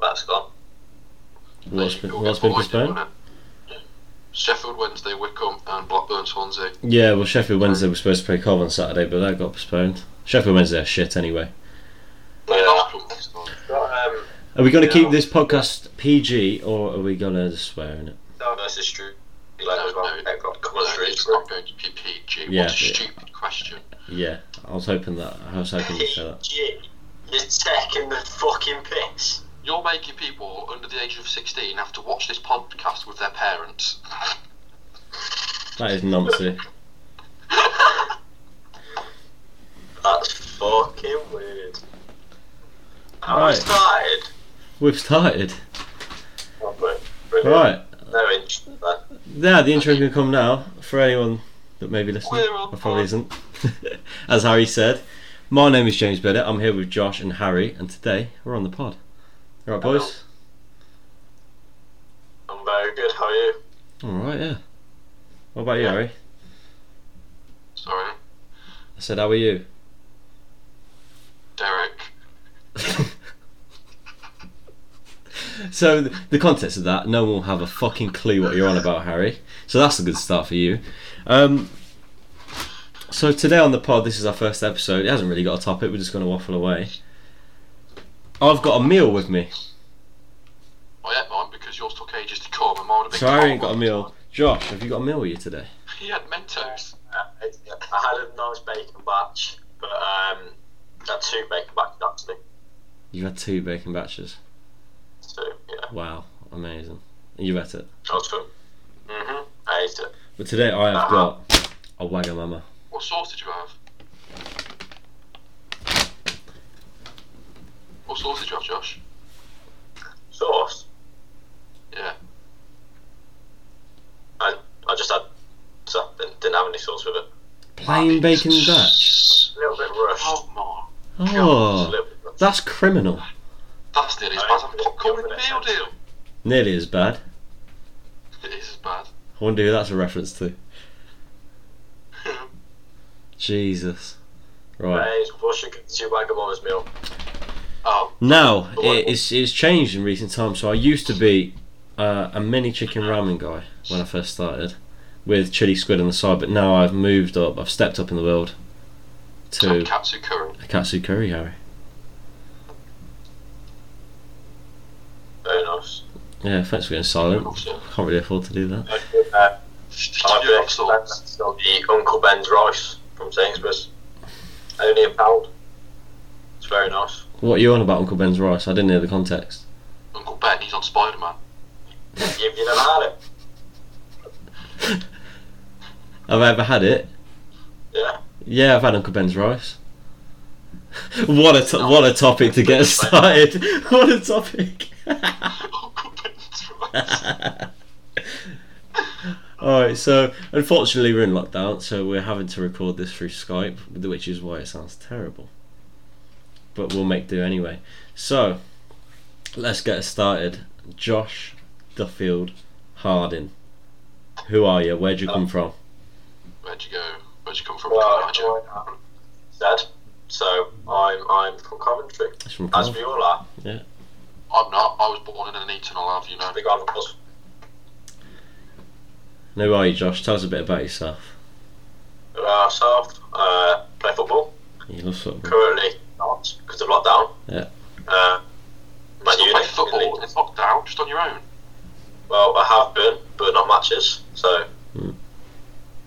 that's gone. What's You'll been, get what's been Lloyd in, postponed? won't it? Yeah. Sheffield Wednesday, Wickham, and Blackburn Swansea. Yeah, well, Sheffield Wednesday was supposed to play Cov on Saturday, but that got postponed. Sheffield Wednesday are shit anyway. Yeah. Last one postponed. Got, um, Are we going to Yeah. keep this podcast PG or are we going to swear in it? Down versus Street. No, Like, no. they've got No, common streets, it's not going to be PG. Yeah, what a yeah. stupid question. Yeah, I was hoping that. I was hoping you said that. PG. You're taking the fucking piss. You're making people under the age of 16 have to watch this podcast with their parents. That is nonsense. That's fucking weird. Have I Right. started? We've started. Probably. Right. No inch. but Now, the intro can come now for anyone that may be listening. We're on Or probably isn't. As Harry said, my name is James Bennett. I'm here with Josh and Harry, and today we're on the pod. All right, boys? I'm very good. How are you? All right, yeah. What about you, Harry? Sorry, I said, how are you? Derek. So th- the context of that, no one will have a fucking clue what you're on about, Harry. So that's a good start for you. Um, so today on the pod, this is our first episode. It hasn't really got a topic. We're just going to waffle away. I've got a meal with me. I ate mine because yours took ages to come and mine had been So Harry ain't cold. got a meal. Josh, have you got a meal with you today? He had Mentos. Uh, it- I had a nice bacon batch, but um, I had two bacon batches actually. You've had two bacon batches. So yeah, Wow, amazing. You've had it. awesome. Mhm. I ate it. But today I have got a Wagamama. What sauce did you have? What sauce did you have, Josh? Sauce. Yeah. I I just had. So didn't, didn't have any sauce with it. Plain bacon batch. A little bit rushed. Oh my. Just a Oh, little bit rushed. that's criminal. That's nearly as bad as having popcorn in a meal deal. Nearly as bad. It is as bad. I wonder who that's a reference to. Jesus. Right. Hey, what's your go-to Wagamama's meal? Oh, Now, it, it's, it's changed in recent times. So I used to be uh, a mini chicken ramen guy when I first started with chili squid on the side, but now I've moved up, I've stepped up in the world to and katsu curry. a katsu curry, Harry. Very nice. Yeah, thanks for getting silent. Can't really afford to do that. I could, uh, Did I'd you be have sauce? expensive on the Uncle Ben's rice from Sainsbury's. Only a pound. It's very nice. What are you on about, Uncle Ben's rice? I didn't hear the context. Uncle Ben, he's on Spider Man. You've you never had it? Have I ever had it? Yeah. Yeah, I've had Uncle Ben's rice. what a to- what a topic to get started. what a topic. Uncle Ben's rice. All right, so unfortunately we're in lockdown, so we're having to record this through Skype, which is why it sounds terrible. But we'll make do anyway. So let's get started. Josh Duffield Hardin, who are you? Where'd you come from? Where'd you go? Where'd you come from? Well, Did you? I'm dead. uh, So I'm I'm from Coventry. It's from As Cardiff. we all are. I'm not. I was born in an Eton, I'll have you know. Big on us. And Who are you, Josh? Tell us a bit about yourself. But ourselves, uh, play football. You love football. Currently not because of lockdown. Yeah. Uh, my Just not play unit. football in lockdown, just on your own. Well, I have been, but not matches. So. Hmm.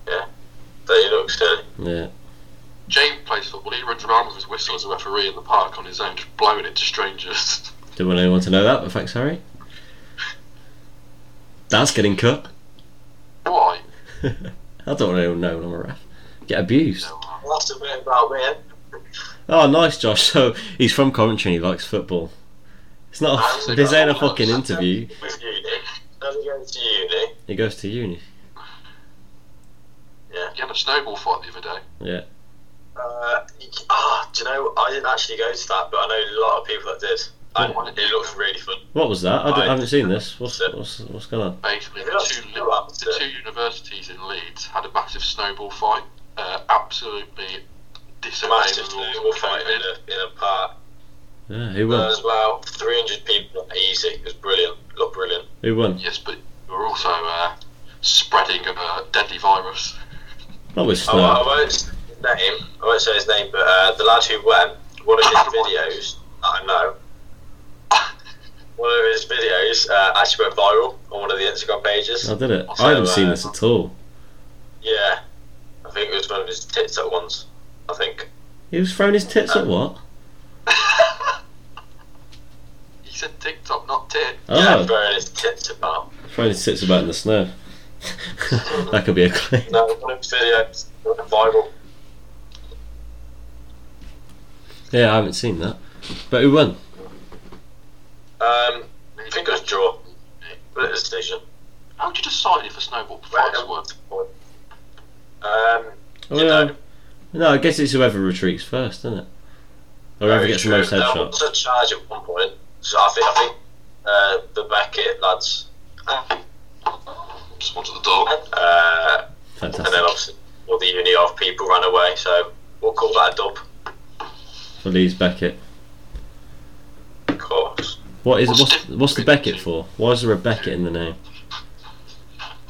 Yeah. There you look silly. Yeah. Jay plays football. He runs around with his whistle as a referee in the park on his own, just blowing it to strangers. Didn't want anyone to know that, but thanks, Harry. That's getting cut. Why? I don't want anyone to know when I'm a ref. Get abused. No, uh, That's a bit about me. Oh, nice, Josh. So he's from Coventry and he likes football. It's not. A, this ain't a fucking interview. With uni. Never going to uni. He goes to uni. He had a snowball fight the other day. Uh, you- ah, do you know, I didn't actually go to that, but I know a lot of people that did. And Hmm. Why did it you looked really fun. What was that? I, don't- I Right. haven't seen this. What's what's what's going on? Basically, the Yeah, two, you know that, the yeah. two universities in Leeds had a massive snowball fight. Uh, absolutely disobeying Massive the rules snowball of fight in COVID. a, in a park. Yeah, who There won? was about 300 people at easy. It was brilliant. Looked brilliant. Who won? Yes, but you were also uh, spreading a deadly virus. That was I, won't- I won't Snow. say his name. I won't say his name, but uh, the lad who went, one of his videos, I know, one of his videos uh, actually went viral on one of the Instagram pages. I did it. Also, I haven't seen uh, this at all. Yeah, I think it was one of his tits at once. I think. He was throwing his tits at what? He said TikTok, not tit. Yeah, Oh, throwing his tits about. throwing his tits about in the snow. that could be a claim. No, one of his videos went viral. Yeah, I haven't seen that. But who won? Um, I think it was draw. But it was decision. How would you decide if a snowball fights Well, work? Um, Oh, You yeah. know. No, I guess it's whoever retreats first, isn't it? Or whoever very gets the true. most There headshots. was a charge at one point, so I think I think uh, the Beckett lads, Just onto the door. uh, and Fantastic. then obviously all the uni of people ran away. So we'll call that a dub, For Leeds Beckett. of course. What is What's what's, the- what's the Beckett for? Why is there a Beckett in the name?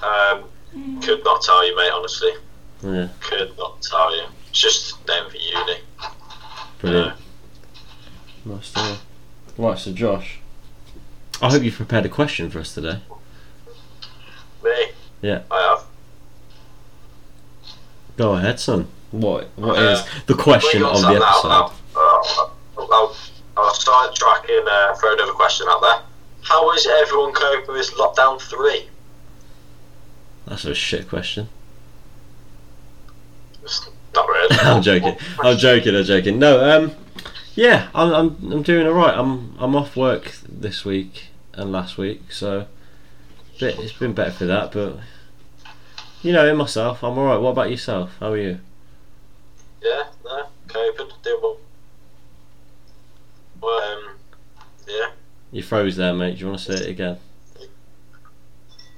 Um, could not tell you, mate. Honestly, Yeah, could not tell you. It's just name for uni. brilliant. Nice story. Right, so Josh. I hope you've prepared a question for us today. Me. Yeah. I have. Go ahead, son. What What Uh, is the question Moving on of to that the now, episode? I'll, I'll, I'll, I'll start tracking. Uh, throw another question out there. How is everyone coping with lockdown three? That's a shit question. It's not really. I'm joking. I'm joking. I'm joking. No, um, yeah, I'm, I'm, I'm doing all right. I'm, I'm off work this week and last week, so bit, it's been better for that. But you know, in myself, I'm all right. What about yourself? How are you? Yeah, no, coping, doing well. Well, um, yeah, You froze there, mate. Do you want to say it again?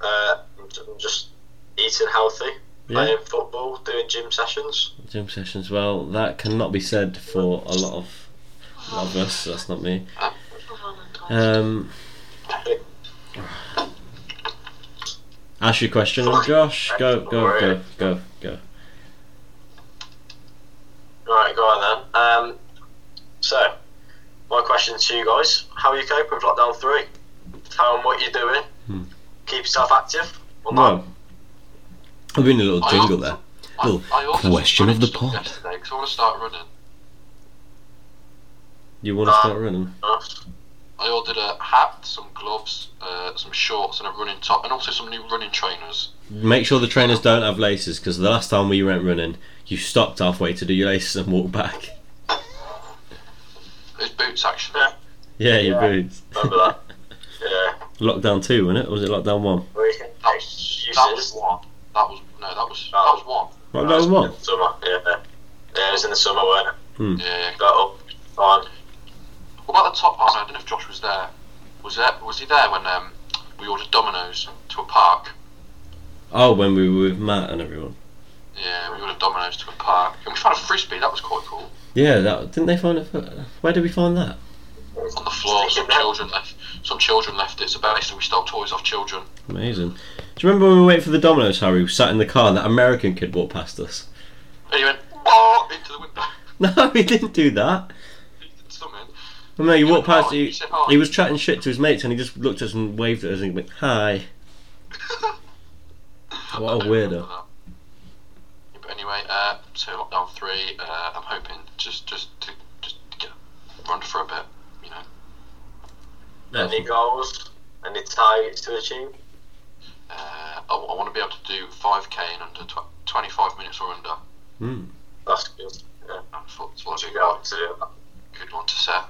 uh, I'm j- I'm just eating healthy, Yeah. playing football, doing gym sessions. Gym sessions. Well, that cannot be said for a lot of, a lot of us. That's not me. Um, ask your question, Josh. Go, go, go, go, go. Right, go on then. Um, so, my question to you guys how are you coping with lockdown three? Tell them what you're doing, Hmm. keep yourself active. Or No. I've been a little I jingle also- there. I- Little I also question of the stopped pod. yesterday 'cause I want to start running. You want to Uh, start running? not. I ordered a hat, some gloves, uh, some shorts, and a running top, and also some new running trainers. Make sure the trainers don't have laces because the last time we went running, you stopped halfway to do your laces and walk back. It's boots, actually. Yeah. Yeah, your Yeah. boots. Remember that? Yeah, lockdown two, wasn't it? Or was it lockdown one? we can That was, that was excuses. one. That was no, that was that was one. Lockdown Oh, one. Summer, yeah. Yeah, it was in the summer, weren't it? Yeah. Got up on What about the top part? I don't know if Josh was there. Was that was he there when um, we ordered Dominoes to a park? Oh, when we were with Matt and everyone. Yeah, we ordered Dominoes to a park, and we found a frisbee. That was quite cool Yeah, that didn't they find it? Where did we find that? on the floor. Some children left. Some children left it. So basically, we stole toys off children. Amazing. Do you remember when we waited for the Domino's? Harry, we sat in the car and that American kid walked past us. And he went "Oh," into the window. No, he didn't do that. Something. No, he walked past. "Hi," He, said, "Hi." he was chatting shit to his mates and he just looked at us and waved at us and went, "Hi." I What a don't weirdo. remember that. But anyway, uh, so lockdown three. Uh, I'm hoping just just to just to get run for a bit. You know, any goals, any targets to achieve. uh, I, want to be able to do 5k in under tw- 25 minutes or under. Um, Mm. That's good. Yeah, And thought it's you like should a be able to do that. good one to set.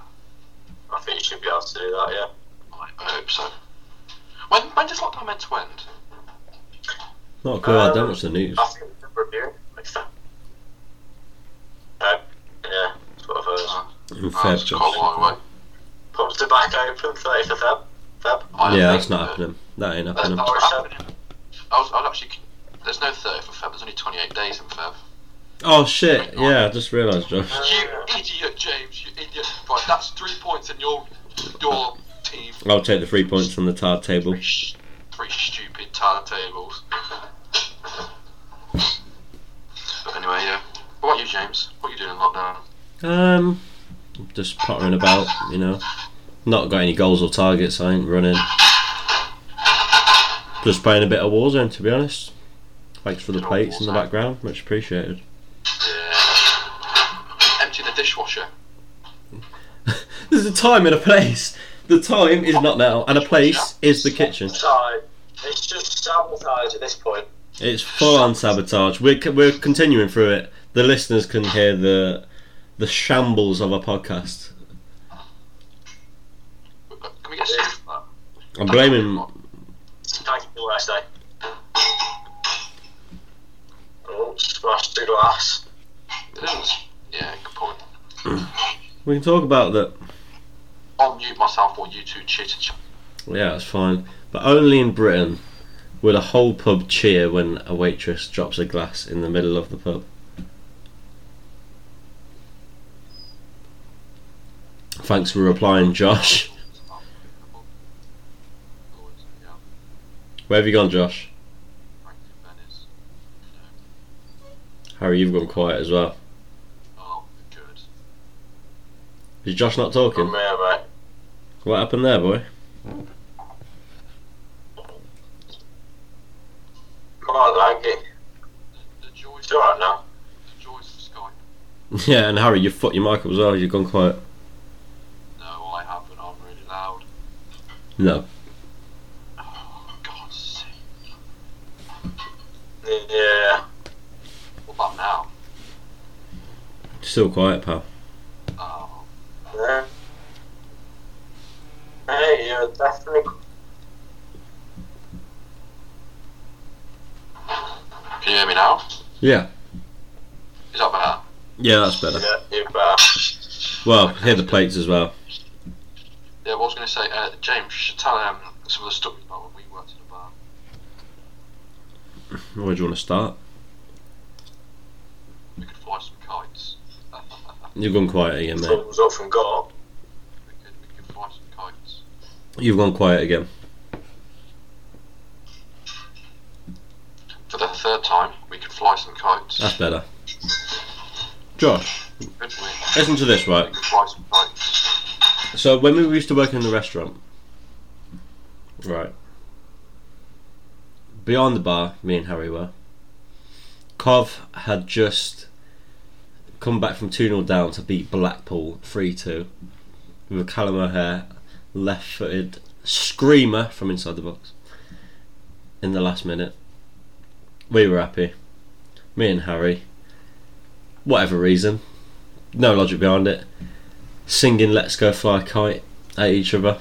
I think you should be able to do that. Yeah, I, I hope so. When when does lockdown meant to end? Not cool. I don't Um, watch the news. I think the review. makes sense. Uh, yeah, that's what I've heard. Oh, In oh, Feb, it's quite a long way. Josh. Pops the back open, 30th of Feb. Feb. I Yeah, think that's not that- happening. That ain't That's happening. not what's happening. I was, I was actually. There's no 30th of Feb. There's only 28 days in Feb. Oh shit! Yeah, I just realised, Josh. Uh, You idiot, James. You idiot. Right, that's three points in your your teeth. I'll take the three points on the tard table. Three, sh- three stupid turntables. but anyway, yeah. What about you, James? What are you doing in lockdown? Um, just pottering about, you know. Not got any goals or targets. I ain't running. Just playing a bit of Warzone, to be honest. Thanks for the Good old plates in the Warzone. background, much appreciated. Empty the dishwasher. There's a time and a place. The time is not now, and a place is the kitchen. Sorry. It's just sabotage at this point. It's full on sabotage. We're c- we're continuing through it. The listeners can hear the the shambles of a podcast. Can we get some for that? I'm blaming. Thank you, last day. Oh, smashed the glass. It is. Yeah, good point. We can talk about that. I'll mute myself while you two chitter ch- Yeah, that's fine. But only in Britain will a whole pub cheer when a waitress drops a glass in the middle of the pub. Thanks for replying, Josh. Where have you gone, Josh? Harry, you've gone quiet as well. Is Josh not From talking? there, mate. What happened there, boy? Come on, Lanky. It's alright now. yeah, and Harry, you've fucked your mic up as well. You've gone quiet. No. Oh, Yeah. Still quiet, pal. Oh, yeah. Hey, you're definitely. Can you hear me now? Yeah. Is that better? Yeah, that's better. Yeah, you better. Well, hear the plates as well. Yeah, what I was going to say, uh, James, you should tell um, some of the stories about when we worked in a bar. Where do you want to start? We could fly some kites. You've gone quiet again, mate. Thumbs up and got. We could, we could fly some kites. You've gone quiet again. For the third time, we could fly some kites. That's better. Josh, Could we? listen to this, We right? could fly some kites. So when we used to work in the restaurant, right? Beyond the bar, me and Harry were. Cov had just come back from 2 0 down to beat Blackpool 3 2 with a Callum O'Hare left footed screamer from inside the box in the last minute. We were happy. Me and Harry, whatever reason, no logic behind it, singing Let's Go Fly a Kite at each other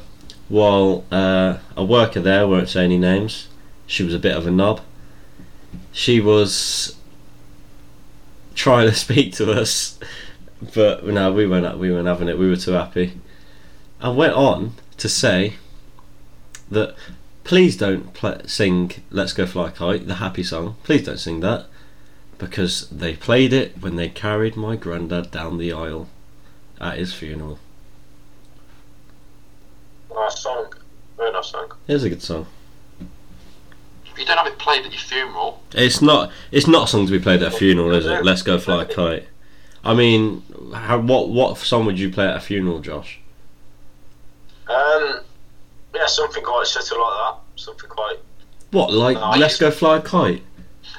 while uh, a worker there, won't say any names, she was a bit of a knob. She was trying to speak to us, but no, we weren't, we weren't having it, we were too happy. And went on to say that please don't pl- sing Let's Go Fly a Kite, the happy song, please don't sing that. Because they played it when they carried my granddad down the aisle at his funeral. Nice song. Very nice song. It is a good song. If you don't have it played at your funeral, It's not. It's not a song to be played at a funeral, is it? Let's go fly a kite. I mean, how, what what song would you play at a funeral, Josh? Um, yeah, something quite subtle like that. Something quite. What like No, I Let's go fly a kite?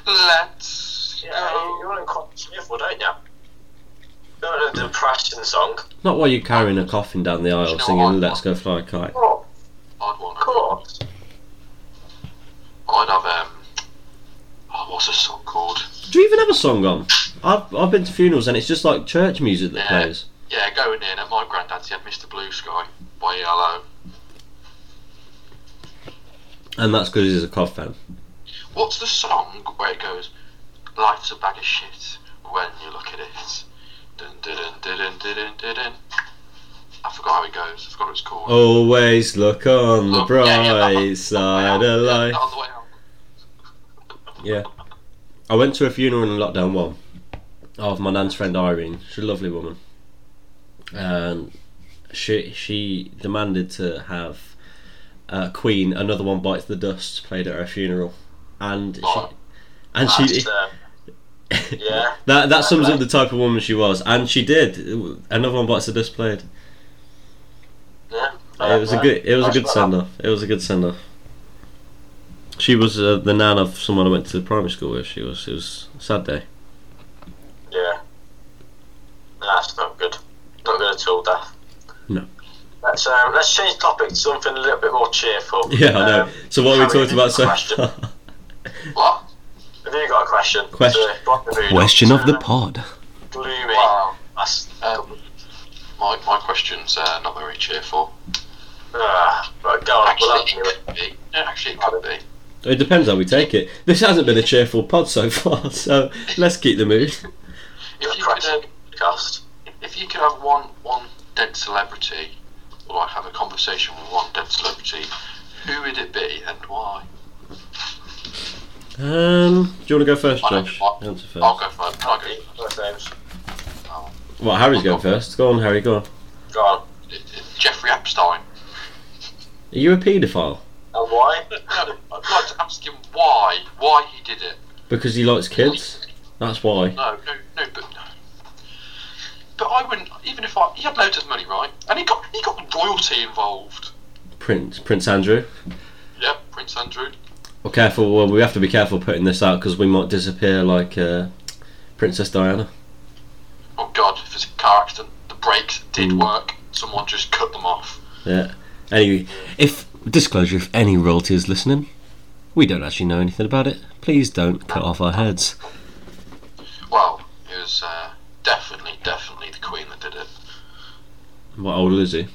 let's Yeah, go. you want to quite cheerful, don't you? Don't know the depression song. Not while you're carrying a coffin down the aisle No, I- singing Let's go fly a kite. Oh, I'd want of course. I'd have, um, oh, what's the song called? Do you even have a song on? I've I've been to funerals and it's just like church music that Yeah. plays. Yeah, going in at my granddad's, he had Mr. Blue Sky by ELO. And that's because he's a Coff fan. What's the song where it goes, Life's a bag of shit when you look at it? Dun, dun, dun, dun, dun, dun, dun, dun. I forgot how it goes. I forgot what it's called. Oh, Always look on the Oh, yeah, bright yeah, that one. side of Yeah, life. that on the way out. Yeah. I went to a funeral in lockdown one of my nan's friend Irene. She's a lovely woman. And she she demanded to have uh, Queen "Another One Bites the Dust" played at her funeral, and she Oh, and she That's, uh, yeah. that that sums up the type of woman she was, and she did. Another One Bites the Dust played. yeah. It was a good. It was a good send off. It was a good send off. She was uh, the nan of someone I went to primary school with. She was. It was a sad day. Yeah. Nah, that's not good. Not good at all, Daph. No. Let's um, let's change topic to something a little bit more cheerful. Yeah, I know. Um, So what are we Harry, talking about so question. far? What? Have you got a question? Question- To rock the mood up to pod. Gloomy. Wow. That's, Um, my, my question's uh, not very cheerful. uh, right, go on. We'll Actually, have you. it could be. No, actually, it could be. It depends how we take it. This hasn't been a cheerful pod so far, so let's keep the mood. If you could, Christ. um, Podcast. if you could have one one dead celebrity, or like have a conversation with one dead celebrity, who would it be and why? Um, do you want to go first, I don't Josh? know. Answer I'll first. go first. I'll go. What's his name's? Well, Harry's going first. Go on, Harry. Go on. Go on. Jeffrey Epstein. Are you a paedophile? And why? No, I'd like to ask him why, why he did it. Because he likes kids. That's why. No, no, no, but no. But I wouldn't. Even if I, he had loads of money, right? And he got he got royalty involved. Prince Prince Andrew. Yeah, Prince Andrew. Well, careful. Well, we have to be careful putting this out because we might disappear like uh, Princess Diana. Oh God, if it's a car accident, the brakes did Mm. work. Someone just cut them off. Yeah. Anyway, if disclosure, if any royalty is listening, we don't actually know anything about it. Please don't cut off our heads. Well, it was uh, definitely, definitely the Queen that did it. What old is he?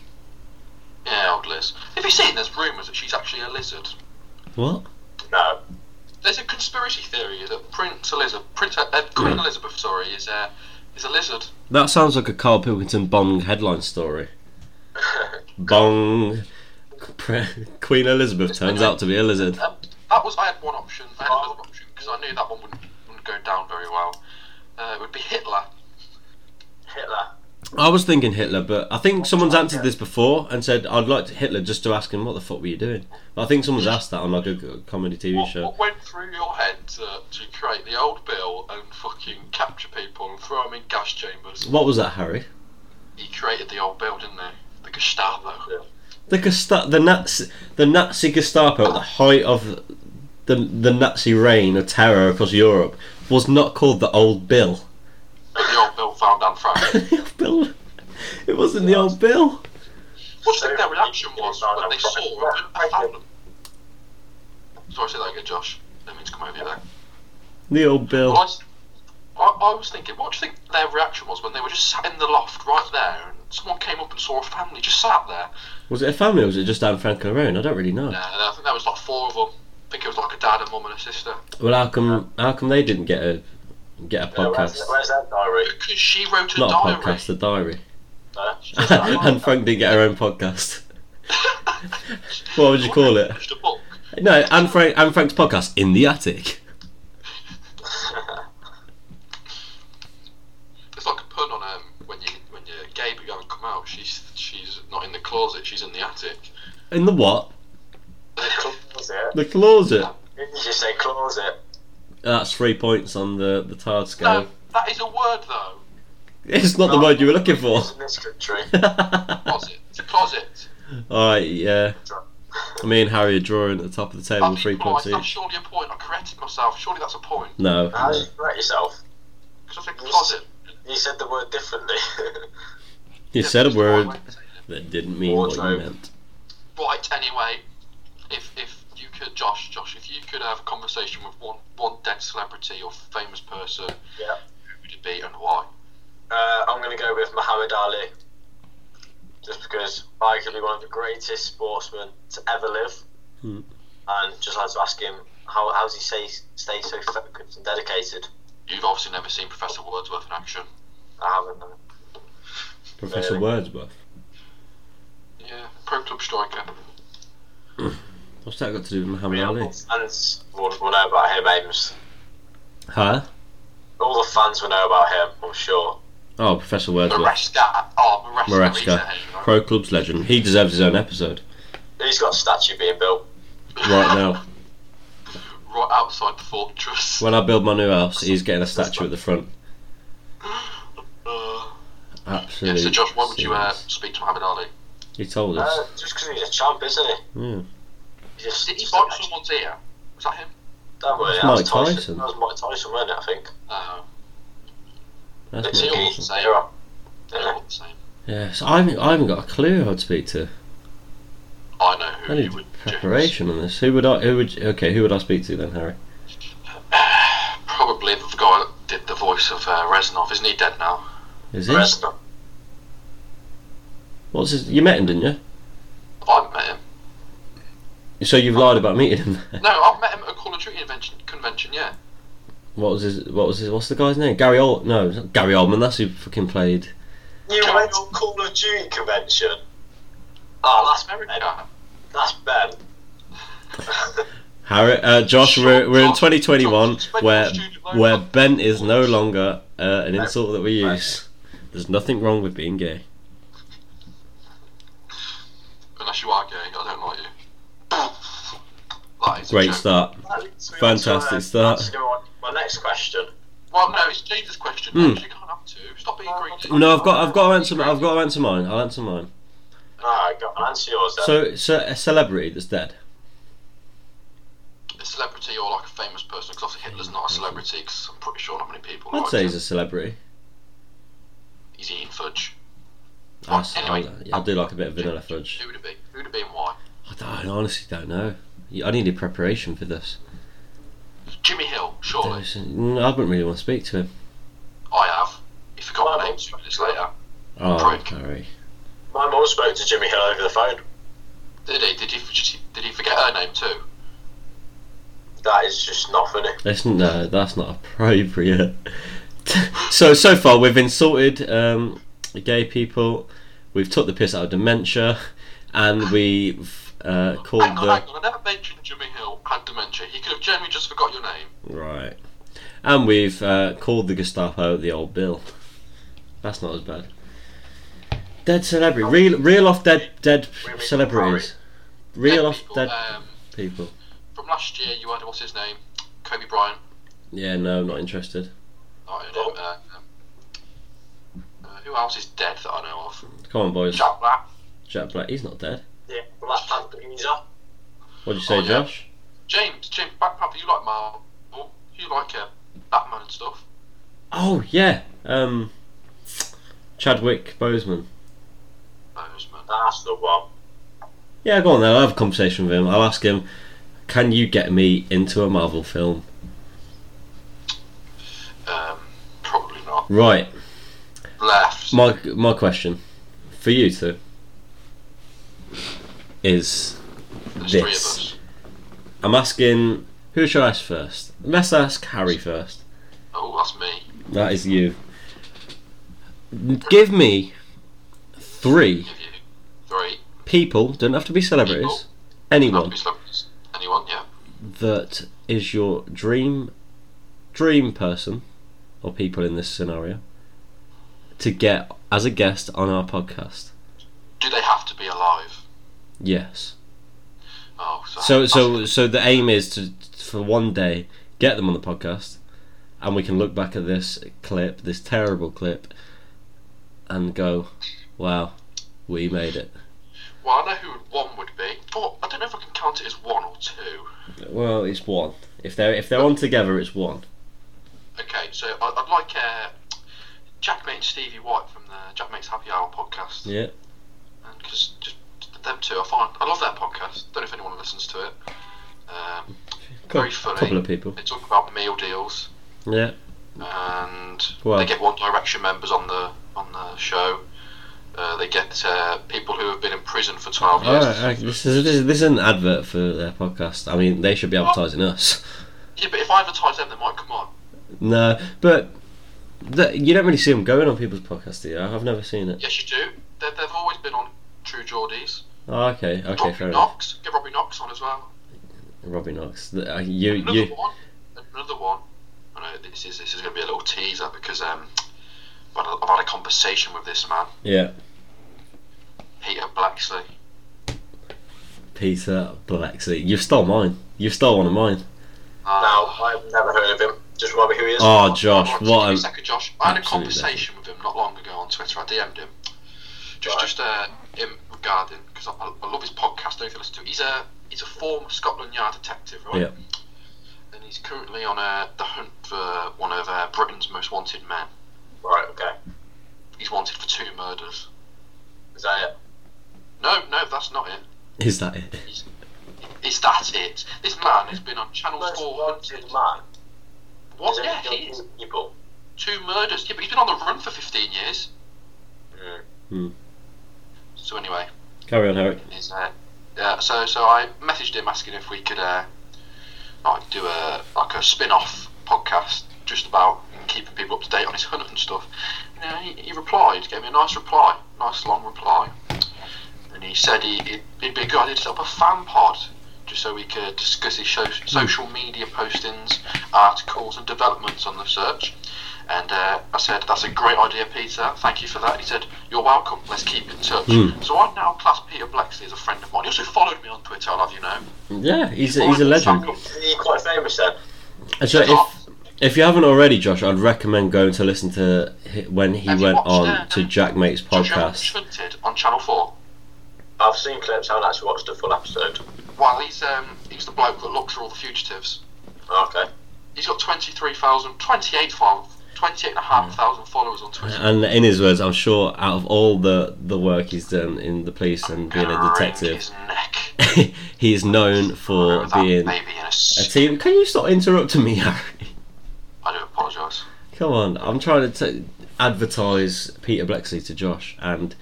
Yeah, old Liz. Have you seen? There's rumours that she's actually a lizard. What? No. There's a conspiracy theory that Prince Elizabeth, Prince uh, Queen Elizabeth, sorry, is a is a lizard. That sounds like a Carl Pilkington Bong headline story. Bong. Pre- Queen Elizabeth turns out to be a lizard. Um, that was I had one option. I had another option because I knew that one wouldn't, wouldn't go down very well. Uh, it would be Hitler. Hitler. I was thinking Hitler, but I think someone's answered this before and said, I'd like to Hitler just to ask him, what the fuck were you doing? I think someone's asked that on like a g- comedy TV What, show. what went through your head to, to create the old bill and fucking capture people and throw them in gas chambers? What was that, Harry? He created the old bill, didn't he? The Gestapo. The Gesta- the Nazi, the Nazi Gestapo at the height of the the Nazi reign of terror across Europe was not called the Old Bill. The old bill found Anne Frank. the old Bill, it wasn't the Old Bill. what do you think their reaction was when they saw a, a fountain? Sorry, say that again, Josh. Didn't mean to come over you there. The Old Well, I, Bill. s- I- I was thinking, what do you think their reaction was when they were just sat in the loft right there and someone came up and saw a family just sat there? Was it a family or was it just Anne Frank alone? I don't really know. Uh, I think there was like four of them. I think it was like a dad, a mum, and a sister. Well, how come how come they didn't get a get a Yeah, where's, podcast? where's that diary? Because she wrote a Not diary. a podcast, a diary. No. and Frank didn't get her own podcast. what would you call it? Published a book. No, Anne Frank Anne Frank's podcast in the attic. It's like a pun on um, when you when you're gay but you haven't come out. She's she's not in the closet. She's in the attic. In the what? Closet. The closet. Didn't you just say closet? That's three points on the the tard scale. No, that is a word though. It's not the word you were looking for. In this country. Closet. It's a closet. All right, yeah. Me and Harry are drawing at the top of the Oh, I table, mean, three come on, points that's each. surely a point. I corrected myself. Surely that's a point. No, How no. did you correct yourself? Because I said closet. You said the word differently. you Yeah, said a that's why I word went to say that. that didn't mean what you Wardrobe. meant. Right. Anyway, if if you could, Josh, Josh, if you could have a conversation with one one dead celebrity or famous person, Yeah. who would it be and why? uh, I'm going to go with Muhammad Ali. Just because I could be one of the greatest sportsmen to ever live. Hmm. And just like to ask him, how, how does he stay, stay so focused and dedicated? You've obviously never seen Professor Wordsworth in action. I haven't. no. Professor Really? Wordsworth. Yeah, pro club striker. What's that got to do with Muhammad Yeah, Ali? fans will, will know about him, Ames. Huh? All the fans will know about him, I'm sure. Oh, Professor Wordsworth. Maresca. Oh, Maresca. he's Maresca. a head, right? Pro Club's legend. He deserves his own episode He's got a statue being built. right now. Right outside the fortress. When I build my new house, he's getting a statue at the front. Uh, yeah, Absolutely. so, Josh, why would you uh, serious. speak to Muhammad Ali? He told us. Uh, just because he's a champ, isn't he? Yeah. He's just, Did he he's fight the- someone's ear? Was that him? That was, That's that was Mike Tyson. Tyson. That was Mike Tyson, wasn't it? I think. No. That's It's not all the awesome. same. You're right. They're all the same. Yeah, so I haven't, I haven't got a clue who I'd speak to. I know I who need you would choose. preparation on this. Who would I? Who would? Okay, who would I speak to then, Harry? Probably the guy that did the voice of uh, Reznov. Isn't he dead now? Is he? Reznor. What's his? You met him, didn't I've met him. you? So you've lied about meeting him. No, I've met him at a Call of Duty invention, convention, yeah. what was his? What was his? What's the guy's name? Gary Old? No, it's not Gary Oldman. That's who fucking played. You Come went to on. Call of Duty convention. Oh, that's Very Ben. good. That's Ben. Harry, uh, Josh, Sure, we're, we're in Josh, 2021 Josh, spend where your student loan where on- Ben is no longer uh, an insult that we use. There's nothing wrong with being gay. Unless you are gay, I don't like you. that is a Great joke. start. Fantastic start. Let's go on. My next question. Well, no, it's James' question. Hmm. Actually, you can't have two. Stop being greedy. No, I've got I've got to answer. I've got to answer mine. I'll answer mine. Ah, I got an answer yours then. So, so a celebrity that's dead. A celebrity or like a famous person, because obviously Hitler's not a celebrity, because I'm pretty sure not many people. I'd liked say him. he's a celebrity. he's eating fudge. I, Right, anyway, I, I do like a bit of vanilla fudge. Who would it be? Who would it be and why? I, don't- I honestly don't know. I needed preparation for this. mm, Jimmy Hill, I surely. wouldn't really want to speak to him. I have. You forgot my name two minutes later. Oh, Prick. sorry. My mum spoke to Jimmy Hill over the phone. Did he? Did he? Did he forget her name too? That is just not funny. Listen, no, that's not appropriate. so, so far we've insulted um, gay people, we've took the piss out of dementia, and we've uh, called Hang on, the hang on. I never mentioned Jimmy Hill had dementia. He could have genuinely just forgot your name. right, and we've uh, called the Gestapo the old Bill. That's not as bad. Dead celebrity, reel, reel off dead dead We're being celebrities, Dead reel off people, dead Um, people. from last year, you had what's his name? Kobe Bryant. Yeah, no, not interested. I don't know, uh, um, uh, who else is dead that I know of? Come on, boys. Jack Black. Jack Black, he's not dead. Yeah, Black Panther geezer. What'd you say, Oh, yeah. Josh? James, James, Black Panther, you like Marvel? You like uh, Batman and stuff? Oh yeah, um, Chadwick Boseman. Boseman. That's the one. Yeah, go on then. I'll have a conversation with him. I'll ask him, "Can you get me into a Marvel film?" Um, probably not. Right. Left. My my question for you two is There's three of this. us. I'm asking who should I ask first? Let's ask Harry first. Oh, that's me. That is you. Give me three Give you three. people. Don't have to be celebrities. Anyone. Have to be celebrities. Anyone? Yeah. that is your dream dream person or people in this scenario to get as a guest on our podcast Do they have to be alive? yes Oh, so so so so the aim is to for one day get them on the podcast and we can look back at this clip this terrible clip and go wow we made it Well, I know who one would be. But I don't know if I can count it as one or two. well it's one if they're if they're on together it's one Okay, so I- I'd like uh, Jackmate and Stevie White from the Jackmate's Happy Hour podcast. yeah And because just them two, I find I love their podcast. Don't know if anyone listens to it. Um, very funny. couple of people They talk about meal deals, yeah and Wow. they get One Direction members on the on the show. Uh, they get uh, people who have been in prison for twelve All years. right, all right, this is this, this is an advert for their podcast. I mean, they should be advertising us. Yeah, but if I advertise them, they might come on. No, but th you don't really see them going on people's podcasts, do you? I've never seen it. Yes, you do. they they've always been on True Geordies. Oh, okay, okay, Robbie fair enough. Knox. Get Robbie Knox on as well. Robbie Knox, Th- uh, you Another you one. Another one. I know this is this is going to be a little teaser because um, I've had a- I've had a conversation with this man, Yeah. Peter Blacksley. Peter Blacksley. You've stole mine. You've stole one of mine. Uh, No, I've never heard of him. Just remind me who he is. Oh, Josh, Hold on, what give me a a. second, Josh. I had a Absolute conversation with him not long ago on Twitter. I DM'd him. Just, Right. just uh, him regarding because I, I I love his podcast. I don't listen to. it. He's a he's a former Scotland Yard detective, right? Yeah. And he's currently on uh, the hunt for one of uh, Britain's most wanted men. Right, okay. He's wanted for two murders. Is that it? No, no, that's not it. Is that it? Is that it? This man has been on Channel Most Four wanted Hunted. man. What? Is it Oh, Yeah, young he is. People. Two murders. Yeah, but he's been on the run for 15 years. Mm. So anyway, Carry on, Harry. is uh, yeah, so so I messaged him asking if we could uh, like do a like a spin-off podcast just about keeping people up to date on his hunt and stuff. You know, he, he replied, gave me a nice reply, nice long reply, and he said he it'd, it'd be a good idea to set up a fan pod just so we could discuss his show, Hmm. social media postings, articles, and developments on the search. And uh, I said, "That's a great idea, Peter. Thank you for that." And he said, "You're welcome. Let's keep in touch." Hmm. So I now class Peter Blacksley as a friend of mine. He also followed me on Twitter. I'll have you know. Yeah, he's a, he's a legend. Is he quite famous then? Actually, if, if you haven't already, Josh, I'd recommend going to listen to hi- when he Have you went watched, on uh, to Jack Mate's Podcast. podcast. Hunted on Channel Four. I've seen clips, I haven't actually watched a full episode. Well, he's um, he's the bloke that looks for all the fugitives. Oh, Okay. He's got 23,000, 28,000, 28,500 followers on Twitter. And in his words, I'm sure out of all the, the work he's done in the police and being a Gonna wring detective, His neck. he is known for Throw that being a baby in a s- team. Can you stop interrupting me, Harry? I do apologise. Come on, I'm trying to t- advertise Peter Blexley to Josh and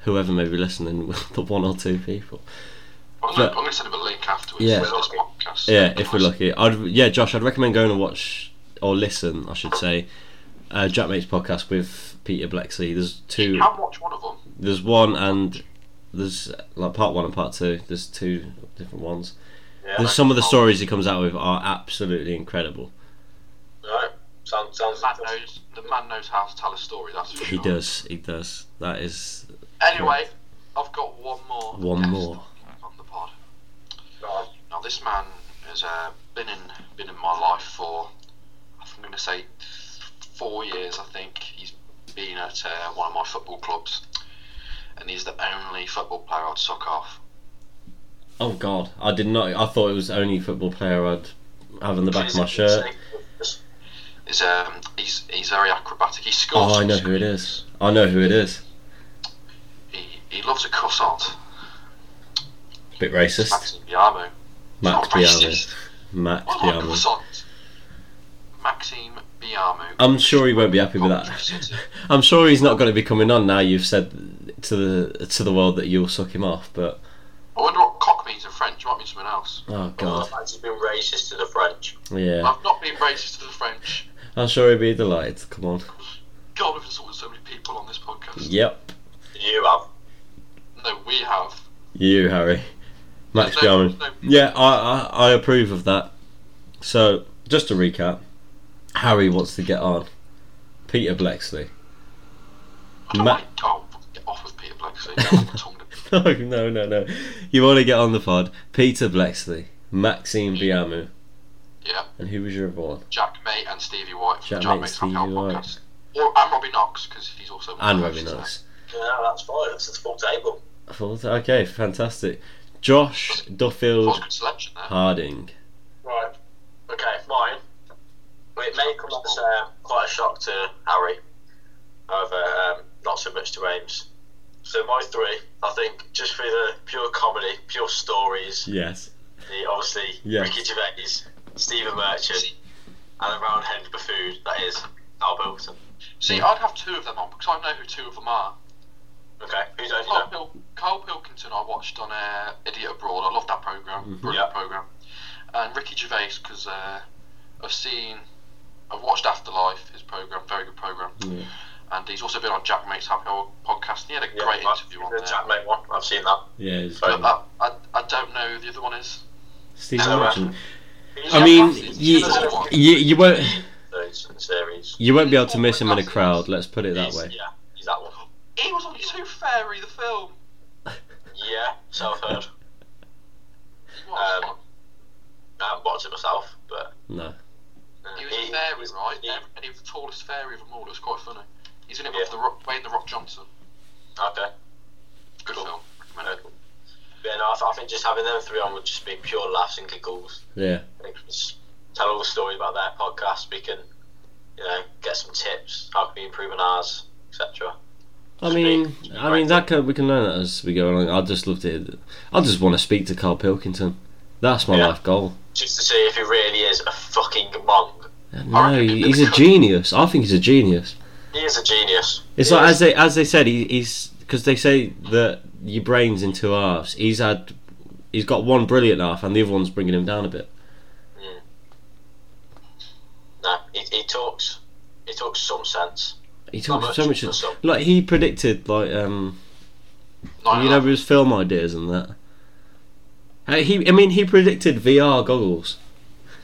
whoever may be listening, the one or two people. I'm going But- to send him a link afterwards. Yeah. with this podcast. Yeah, if we're lucky. I'd yeah, Josh. I'd recommend going and watch or listen, I should say, uh, Jack Mate's podcast with Peter Blexley. There's You two. can watch one of them. There's one and there's like part one and part two. There's two different ones. Yeah. There's some of the stories he comes out with are absolutely incredible. Alright. Sounds, sounds The man knows, the man knows how to tell a story, that's for He sure. does. He does. That is Anyway, I've got one more. One guest more. On the pod. Right. Now, this man has uh, been in been in my life for I'm going to say four years. I think he's been at uh, one of my football clubs, and he's the only football player I'd suck off. Oh God, I did not. I thought it was the only football player I'd have on the back of my Please, shirt. please. He's um he's he's very acrobatic. He scores. Oh, I from know who it screens. is. I know who it is. He he loves a cuss out. Bit racist. Maxim Biamo. Max Not Biamu. racist. Max What about Biamu. croissants? Maxime Biamu. I'm sure he won't be happy with that. I'm sure he's not going to be coming on now. You've said to the to the world that you'll suck him off, but I wonder what cock means in French. It might mean something else. oh Well, God, I've actually been racist to the French. yeah. I've not been racist to the French. I'm sure he'd be delighted. to Come on. God, we've insulted so many people on this podcast. Yep, You have. No, we have. you Harry. Max No, Biamu. no, Yeah, I, I I approve of that. So just to recap, Harry wants to get on. Peter Blexley. I don't Ma- like, oh, get off with Peter Blexley. Get off the tongue. No, no, no, no. You want to get on the pod? Peter Blexley, Maxime Biamu, Yeah, and who was your other one? Jack May and Stevie White from Jack Jack Mate, Mate's Stevie Rock Out White. podcast. Or, and Robbie Knox, because he's also. And Robbie Knox. Yeah, that's fine. That's the full table. I thought, Okay, fantastic. Josh That's a Duffield good selection there. Harding. Right. Okay, mine. It may come as uh, quite a shock to Harry. However, um, not so much to Ames. So my three, I think, just for the pure comedy, pure stories, Yes. the obviously Yeah. Ricky Gervais, Stephen Merchant, and the roundhead buffoon that is Al Bilton. See, I'd have two of them on because I know who two of them are. Okay, who don't you Kyle, know? Pil- Kyle Pilkington, I watched on uh, Idiot Abroad. I love that program, Mm-hmm. brilliant Yeah. program. And Ricky Gervais, because uh, I've seen, I've watched Afterlife, his program, very good program. Yeah. And he's also been on Jack Mate's Happy Hour podcast, and he had a great I've- interview on the there. Jack Mate one. I've seen that. Yeah. it's- But I, I, I don't know who the other one is. Steve So, uh, Merchant. I mean, He's you, the other one. you, you won't. Those. Richardson series. You won't be able to miss him in a crowd. Let's put it that He's- way. Yeah, he's that one. He was on Tooth Fairy, the film. Yeah, so I've heard. What? Um, I haven't watched it myself, but No. uh, he was a fairy, he's- right? he- and he was the tallest fairy of them all. It was quite funny. He's in it with Yeah. the Rock, Wayne the Rock Johnson. okay. Good Cool. film. Recommend Uh, it. yeah, no, I, th- I think just having them three on would just be pure laughs and giggles. Yeah. They can just tell all the stories about their podcast. We can, you know, get some tips. How can we improve on ours, etc. I mean, I mean that could, we can learn that as we go along. I just love to. hear that. I just want to speak to Carl Pilkington. That's my Yeah. life goal. Just to see if he really is a fucking monk. No, he- he's a genius. I think he's a genius. He is a genius. It's He like is. as they as they said, he, he's because they say that your brain's in two halves. He's had, he's got one brilliant half, and the other one's bringing him down a bit. No, he, he talks. He talks some sense. He Not talks so much, much. but some. Like he predicted, like um, you know, his film ideas and that. Uh, He, I mean, he predicted VR goggles.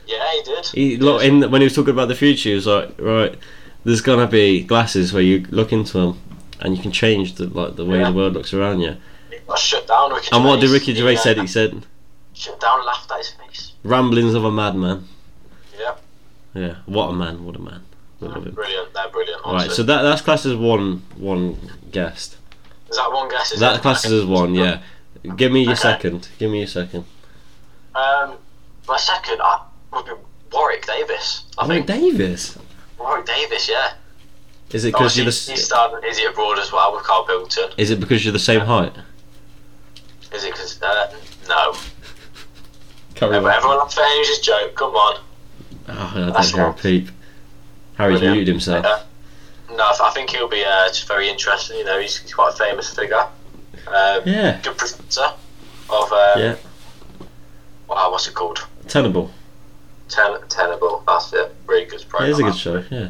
Yeah, he did. He look in when he was talking about the future. He was like, right, there's gonna be glasses where you look into them, and you can change the like the way Yeah. the world looks around you. I shut down Ricky And what did Gervais. Ricky Gervais He, uh, said? He said Shut down and laughed at his face. ramblings of a madman. Yeah, Yeah, what a man! What a man! We love him. brilliant. They're brilliant. All right, honestly. so that that's classed as one one guest. Is that one guess? Is That it? classes as one, yeah. Give me your Okay. second. Give me your second. Um, my second I would be Warwick Davis. I Warwick think Davis. Warwick Davis. Yeah. Is it because Obviously, you're the he s- starred in Is It Abroad as well with Carl Pilton. is it because you're the same height? Is it because uh, Oh, no? Carry on. Everyone laughed at his joke. Come on. Oh, I don't That's hear a right. peep. Harry's Brilliant. Oh, muted himself. Yeah. No, I, th- I think he'll be uh, just very interesting. You know, he's, he's quite a famous figure. Um, Yeah. Good presenter of. Um, Yeah. Wow, what's it called? Tenable. Ten- Tenable. That's it. Really good It program. is a good show. Yeah.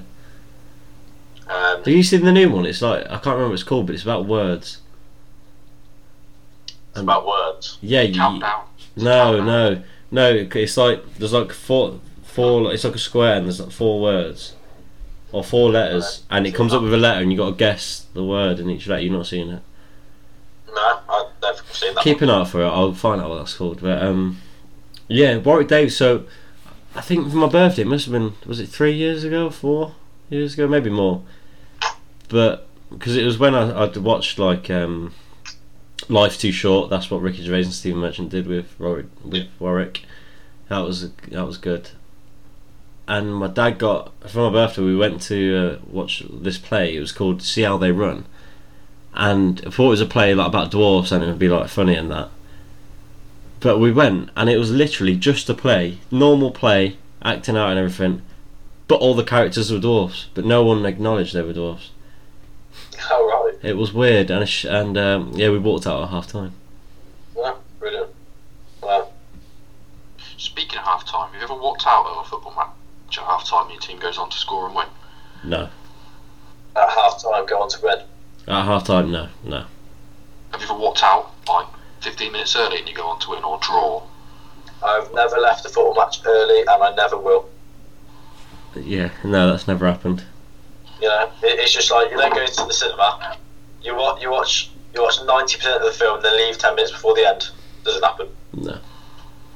Um, Have you seen the new one? It's like I can't remember what it's called, but it's about words. it's about words. Yeah. You, Countdown. no, no, no. It's like there's like four, four. It's like a square, and there's like four words, or four letters, and it comes up with a letter, and you got to guess the word in each letter. You've not seen it. No, I've never seen that. Keep an eye out for it. I'll find out what that's called. But um, yeah, Warwick Davis. So I think for my birthday, it must have been was it three years ago, four years ago, maybe more. But because it was when I I'd watched like um, Life's Too Short. That's what Ricky Gervais and Stephen Merchant did with Warwick. With Warwick, that was that was good. And my dad got for my birthday. We went to uh, watch this play. It was called See How They Run and I thought it was a play like about dwarfs and it would be like funny and that. But we went and it was literally just a play, normal play, acting out and everything. But all the characters were dwarfs, but no one acknowledged they were dwarfs. Oh, right. It was weird, and sh- and um, yeah, we walked out at half time. Yeah, brilliant. Well, Speaking of half time, have you ever walked out of a football match at half time and your team goes on to score and win? No, at half time, go on to bed. at half time, no, no. Have you ever walked out like 15 minutes early and you go on to win or draw? I've never left a football match early, and I never will. Yeah, no, that's never happened. You know, it, it's just like you don't go to the cinema. You watch, you watch, you watch ninety percent of the film, then leave ten minutes before the end. Doesn't happen. No.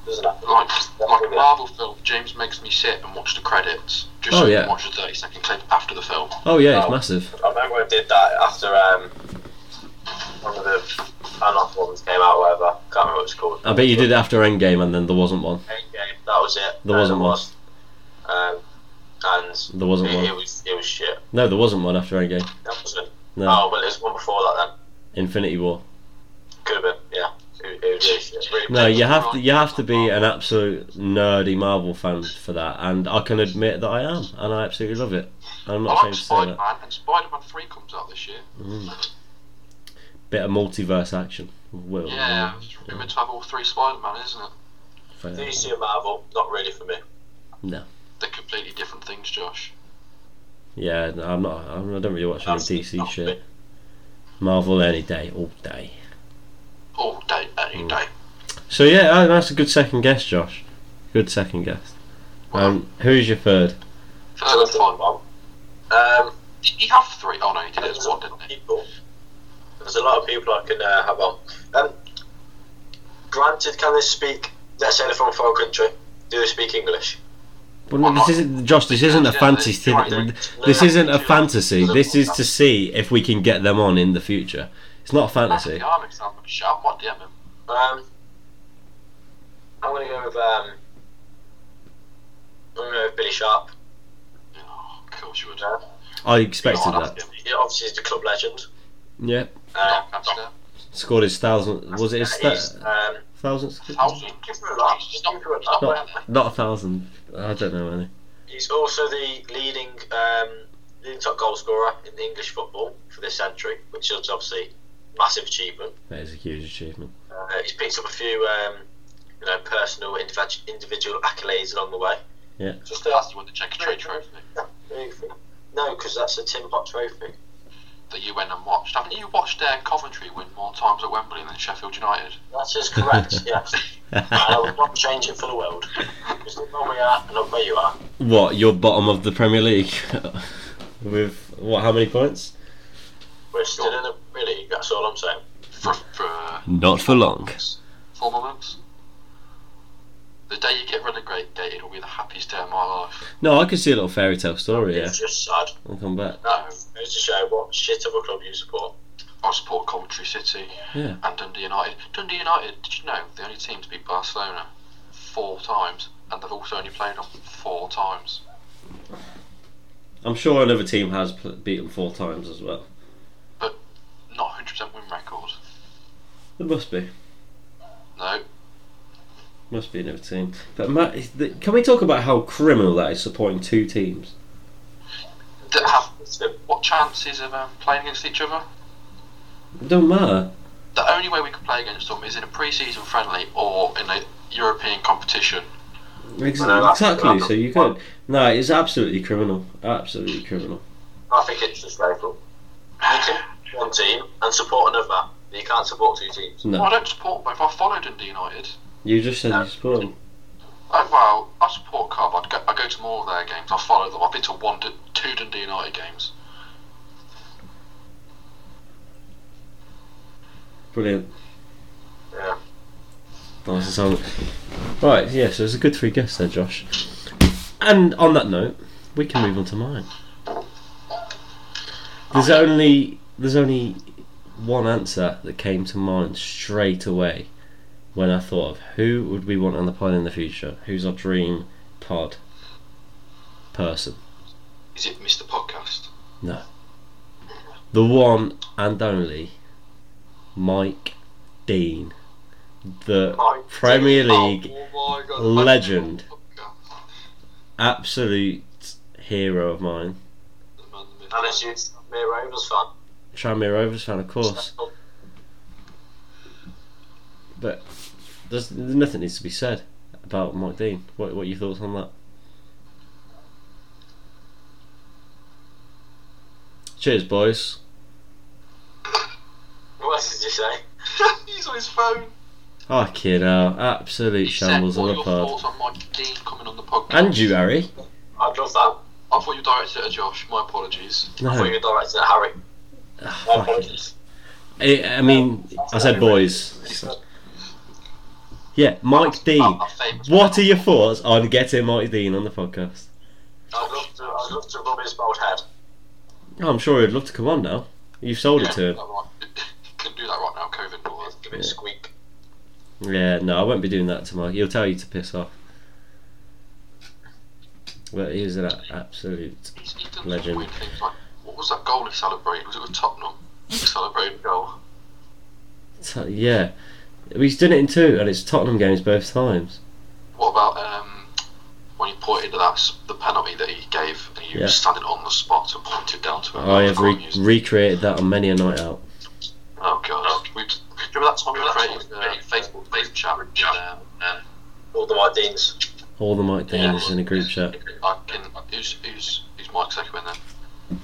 Doesn't happen. Like, like a Marvel film, James makes me sit and watch the credits just Oh, so I yeah. can watch the 30 second clip after the film. Oh yeah, it's No. massive. I remember I did that after um, one of the fan-off ones came out, whatever. Can't remember what it's called. I bet you did it after Endgame, and then there wasn't one. Endgame. That was it. There wasn't That one. was. Um, and There wasn't it, it one. was it was shit. No, there wasn't one after Endgame. That wasn't. No, Oh well, it was one before that then. Infinity War. Could have been. Yeah. It, it was really shit. Really No, you have to you have to be an absolute nerdy Marvel fan for that, and I can admit that I am, and I absolutely love it. I'm I not like ashamed to say Spider that. Man, and Spider Man 3 comes out this year. Bit of multiverse action. Will. Yeah, we're meant to have all three Spider Man, isn't it? Fair. DC and Marvel, not really for me. They're completely different things, Josh. Yeah, no, I'm not. I'm, I don't really watch any That's- DC that's shit. it. Marvel any day, all day. All day, any Mm. day. So yeah, uh, that's a good second guess, Josh. Good second guess. Um, who's your third? Third and final. one. Um, Did he have three? Oh no, he did it there's as a one, lot didn't of he? people. There's a lot of people I can uh, have on. Um, granted, can they speak? Let's say they're from a foreign country. Do they speak English? Well, no, this isn't Josh. This isn't a fantasy. This isn't a fantasy. This is to see if we can get them on in the future. It's not a fantasy. Yeah, I'm excited. Shout, what DM him? Um, I'm gonna go with um, I'm gonna go with Billy Sharp. Yeah, Oh, of course you would. Yeah. I expected that. He obviously is the club legend. Yeah, Uh, scored his thousand. Was it his he's, th- um, thousandth? Thousand. give him a laugh, just give him a laugh. Not, not a thousand. I don't know any. He's also the leading um, leading top goal scorer in English football for this century, which is obviously a massive achievement. That is a huge achievement. Uh, he's picked up a few um, you know personal indiv- individual accolades along the way. Just asked you won the Checker Trade Trophy No, because that's a Tim Pot trophy. that you went and watched. Haven't you watched uh, Coventry win more times at Wembley than Sheffield United? That is correct. yes, and I would not change it for the world. Because look where we are and look where you are. What? You're bottom of the Premier League with what? How many points? We're still in the really. That's all I'm saying. For, for uh, Not for long. four months. The day you get relegated will be the happiest day of my life. No, I could see a little fairy tale story. Yeah, It's just sad. I'll come back. That goes to show what shit of a club you support. I support Coventry City Yeah. and Dundee United. Dundee United, did you know, the only team to beat Barcelona four times, and they've also only played them four times. I'm sure another team has pl- beaten four times as well. Not 100% win record. There must be. No, Must be another team. But Matt, is the- can we talk about how criminal that is supporting two teams? that have what chances of um, playing against each other? It don't matter. The only way we could play against them is in a pre-season friendly or in a European competition. Ex- Well, that's- Exactly. So you that's- could. No, it's absolutely criminal. Absolutely criminal. I think it's just local. You can one team and support another. but You can't support two teams. No. Well, I don't support both. I follow Dundee United. You just said you support them. Oh, well, I support Cobb. I'd go, I go to more of their games. I follow them. I've been to one, Dun- two Dundee United games. Brilliant. Yeah. Nice and solid. Right. Yeah. So it's a good three guests there, Josh. And on that note, we can move on to mine. There's only there's only one answer that came to mind straight away when I thought of who would we want on the pod in the future? Who's our dream pod person? Is it Mr. Podcast? The one and only Mike Dean, the Mike Premier League Oh my God. legend. Podcast. absolute hero of mine. The man, the myth, And as you, me a Rovers fan. Tranmere Rovers fan, of course. So, But there's nothing needs to be said about Mike Dean. What what are your thoughts on that? Cheers, boys. what else did you say? He's on his phone. Oh, kid, absolute He said, shambles what on are the your pod. thoughts on Mike Dean coming on the podcast? And you, Harry. I'd love that. I thought you directed it at Josh. My apologies. No, I thought you were directing at Harry. Ah, My fuck it. apologies. I, I mean, I said boys. Yeah, Mike Dean. Our famous- What are your thoughts on getting Mike Dean on the podcast? I'd love to. I'd love to rub his bald head. Oh, I'm sure he'd love to come on now. You've sold it to him. Couldn't do that right now, COVID. rules. Give it a squeak. Yeah, no, I won't be doing that to Mike. He'll tell you to piss off. Well, he is an a- absolute. He's, he's done some Legend. weird things like, what was that goal he celebrated? Was it with Tottenham? He celebrated a goal. T- yeah. He's done it in two, and it's Tottenham games both times. What about um, when he pointed at that, s- the penalty that he gave and he Yeah. was standing on the spot and pointed down to him? I have Can't re- use- recreated that on many a night out. Oh, God. We, do you remember that time we Remember that created uh, Facebook, Facebook chat? Um, All the white deans. All the Mike Deans in a group chat. I can, who's, who's, who's Mike Sequin then?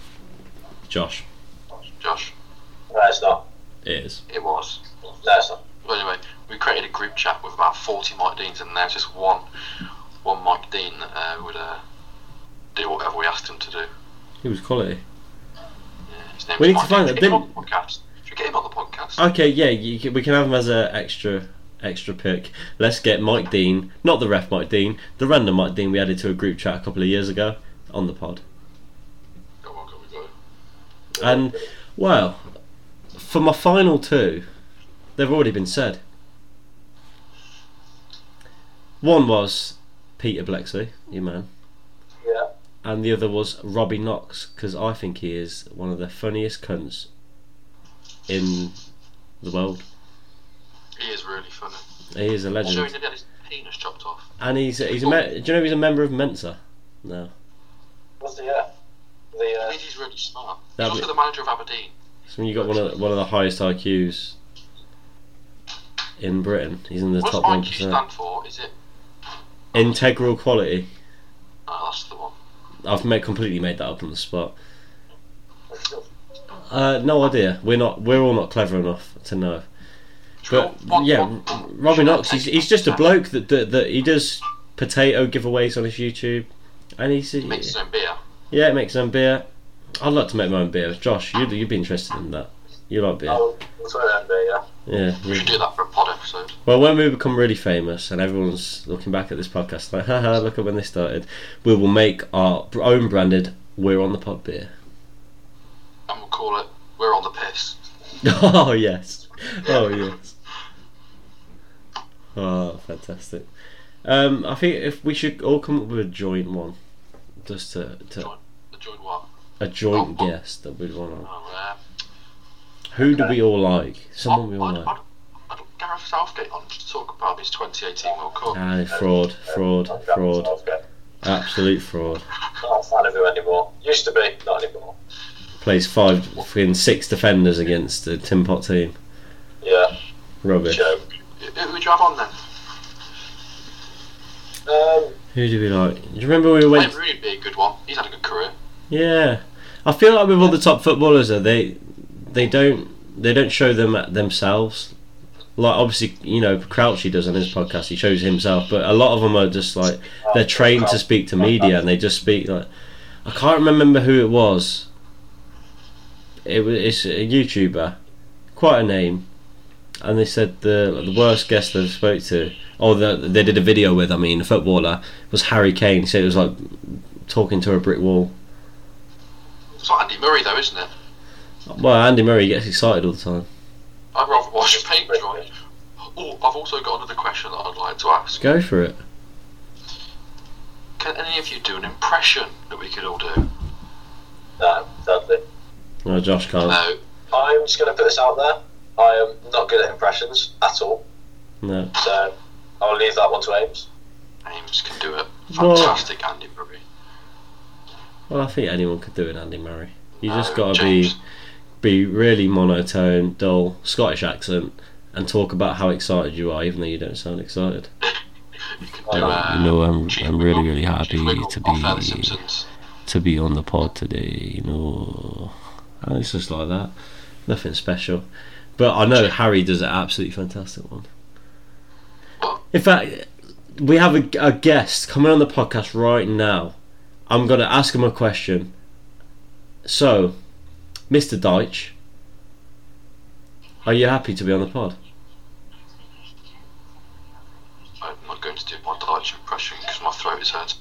Josh, Josh? No, it's not. it is. It was. No, it's not. Well, anyway, we created a group chat with about 40 Mike Deans, and there's just one one Mike Dean that uh, would uh, do whatever we asked him to do. He was quality. Yeah, his name We was need to Mike. find Should that, we get him on didn't- the podcast. Should we get him on the podcast? Okay, yeah, you can, we can have him as a extra extra pick. Let's get Mike Dean, not the ref Mike Dean, the random Mike Dean we added to a group chat a couple of years ago on the pod. Go on, go on, go on. And well, for my final two, they've already been said. One was Peter Blexley, your man, Yeah. and the other was Robbie Knox because I think he is one of the funniest cunts in the world. He is really funny. He is a Also, he legend, nearly had his penis chopped off. and he's he's a me- do you know he's a member of Mensa? No, Was the yeah. The I uh, mean, he's really smart. He's That'd also be- the manager of Aberdeen. so when you got one of one of the highest IQs in Britain, he's in the What does top one IQ percent. stand for? Is it? Integral quality. Oh, that's the one. I've made, completely made that up on the spot. Uh, no idea. We're not. We're all not clever enough to know. But yeah, mm, Robin Knox. He's, he's just a bloke that, that that he does potato giveaways on his YouTube, and he's He makes his own beer. yeah, makes his own beer. I'd like to make my own beer. Josh, you'd you'd be interested in that. You like beer, oh, what's that then? Yeah. yeah. We should do that for a pod episode. Well, when we become really famous and everyone's looking back at this podcast like, haha, look at when they started, we will make our br- own branded. We're on the pod beer. And we'll call it We're on the Piss. Oh yes. Oh yes. Oh, fantastic. Um, I think if we should all come up with a joint one, just to, to Joint. The joint what? a joint guest that we'd want on. Oh, Who do we all like? uh, Someone we all I'd, like. I'd, I'd, I'd Gareth Southgate on to talk about his 2018 World Cup. Ah, fraud, fraud, I'm glad fraud, it's not good. absolute fraud. Not a fan of him anymore. Used to be, not anymore. Plays five, fucking six defenders against a Tim Pot team. Yeah. Rubbish. Joke. Who who would you have on then? Um. Who do we like? Do you remember we Wait. went? would really be a good one. He's had a good career. Yeah, I feel like with all the top footballers, though, they they don't they don't show them themselves. Like obviously, you know, Crouchy does on his podcast. He shows himself, but a lot of them are just like they're trained to speak to media, and they just speak like I can't remember who it was. It was it's a YouTuber, quite a name, and they said the the worst guest they've spoke to. Oh, the, they did a video with. I mean, a footballer was Harry Kane. He said it was like talking to a brick wall. It's like Andy Murray though, isn't it? Well, Andy Murray gets excited all the time. I'd rather watch paint dry. Oh, I've also got another question that I'd like to ask. Go for it. Can any of you do an impression that we could all do? No, sadly. No, Josh can't. No. I'm just going to put this out there. I am not good at impressions at all, No. so I'll leave that one to Ames. Ames can do it. Well- Fantastic Andy Murray. Well, I think anyone could do an Andy Murray. You just No, gotta Uh, James. be be really monotone, dull, Scottish accent, and talk about how excited you are, even though you don't sound excited. You can Oh, do uh, you know, I'm- Chief I'm really, Wiggle- really happy Chief Wiggle to off, uh, be- The Simpsons. To be on the pod today, you know, and Oh, it's just like that. Nothing special. But I know Harry does an absolutely fantastic one. In fact, we have a, a guest coming on the podcast right now. I'm going to ask him a question. So, Mr. Deitch, are you happy to be on the pod? I'm not going to do my Dutch impression because my throat is hurt.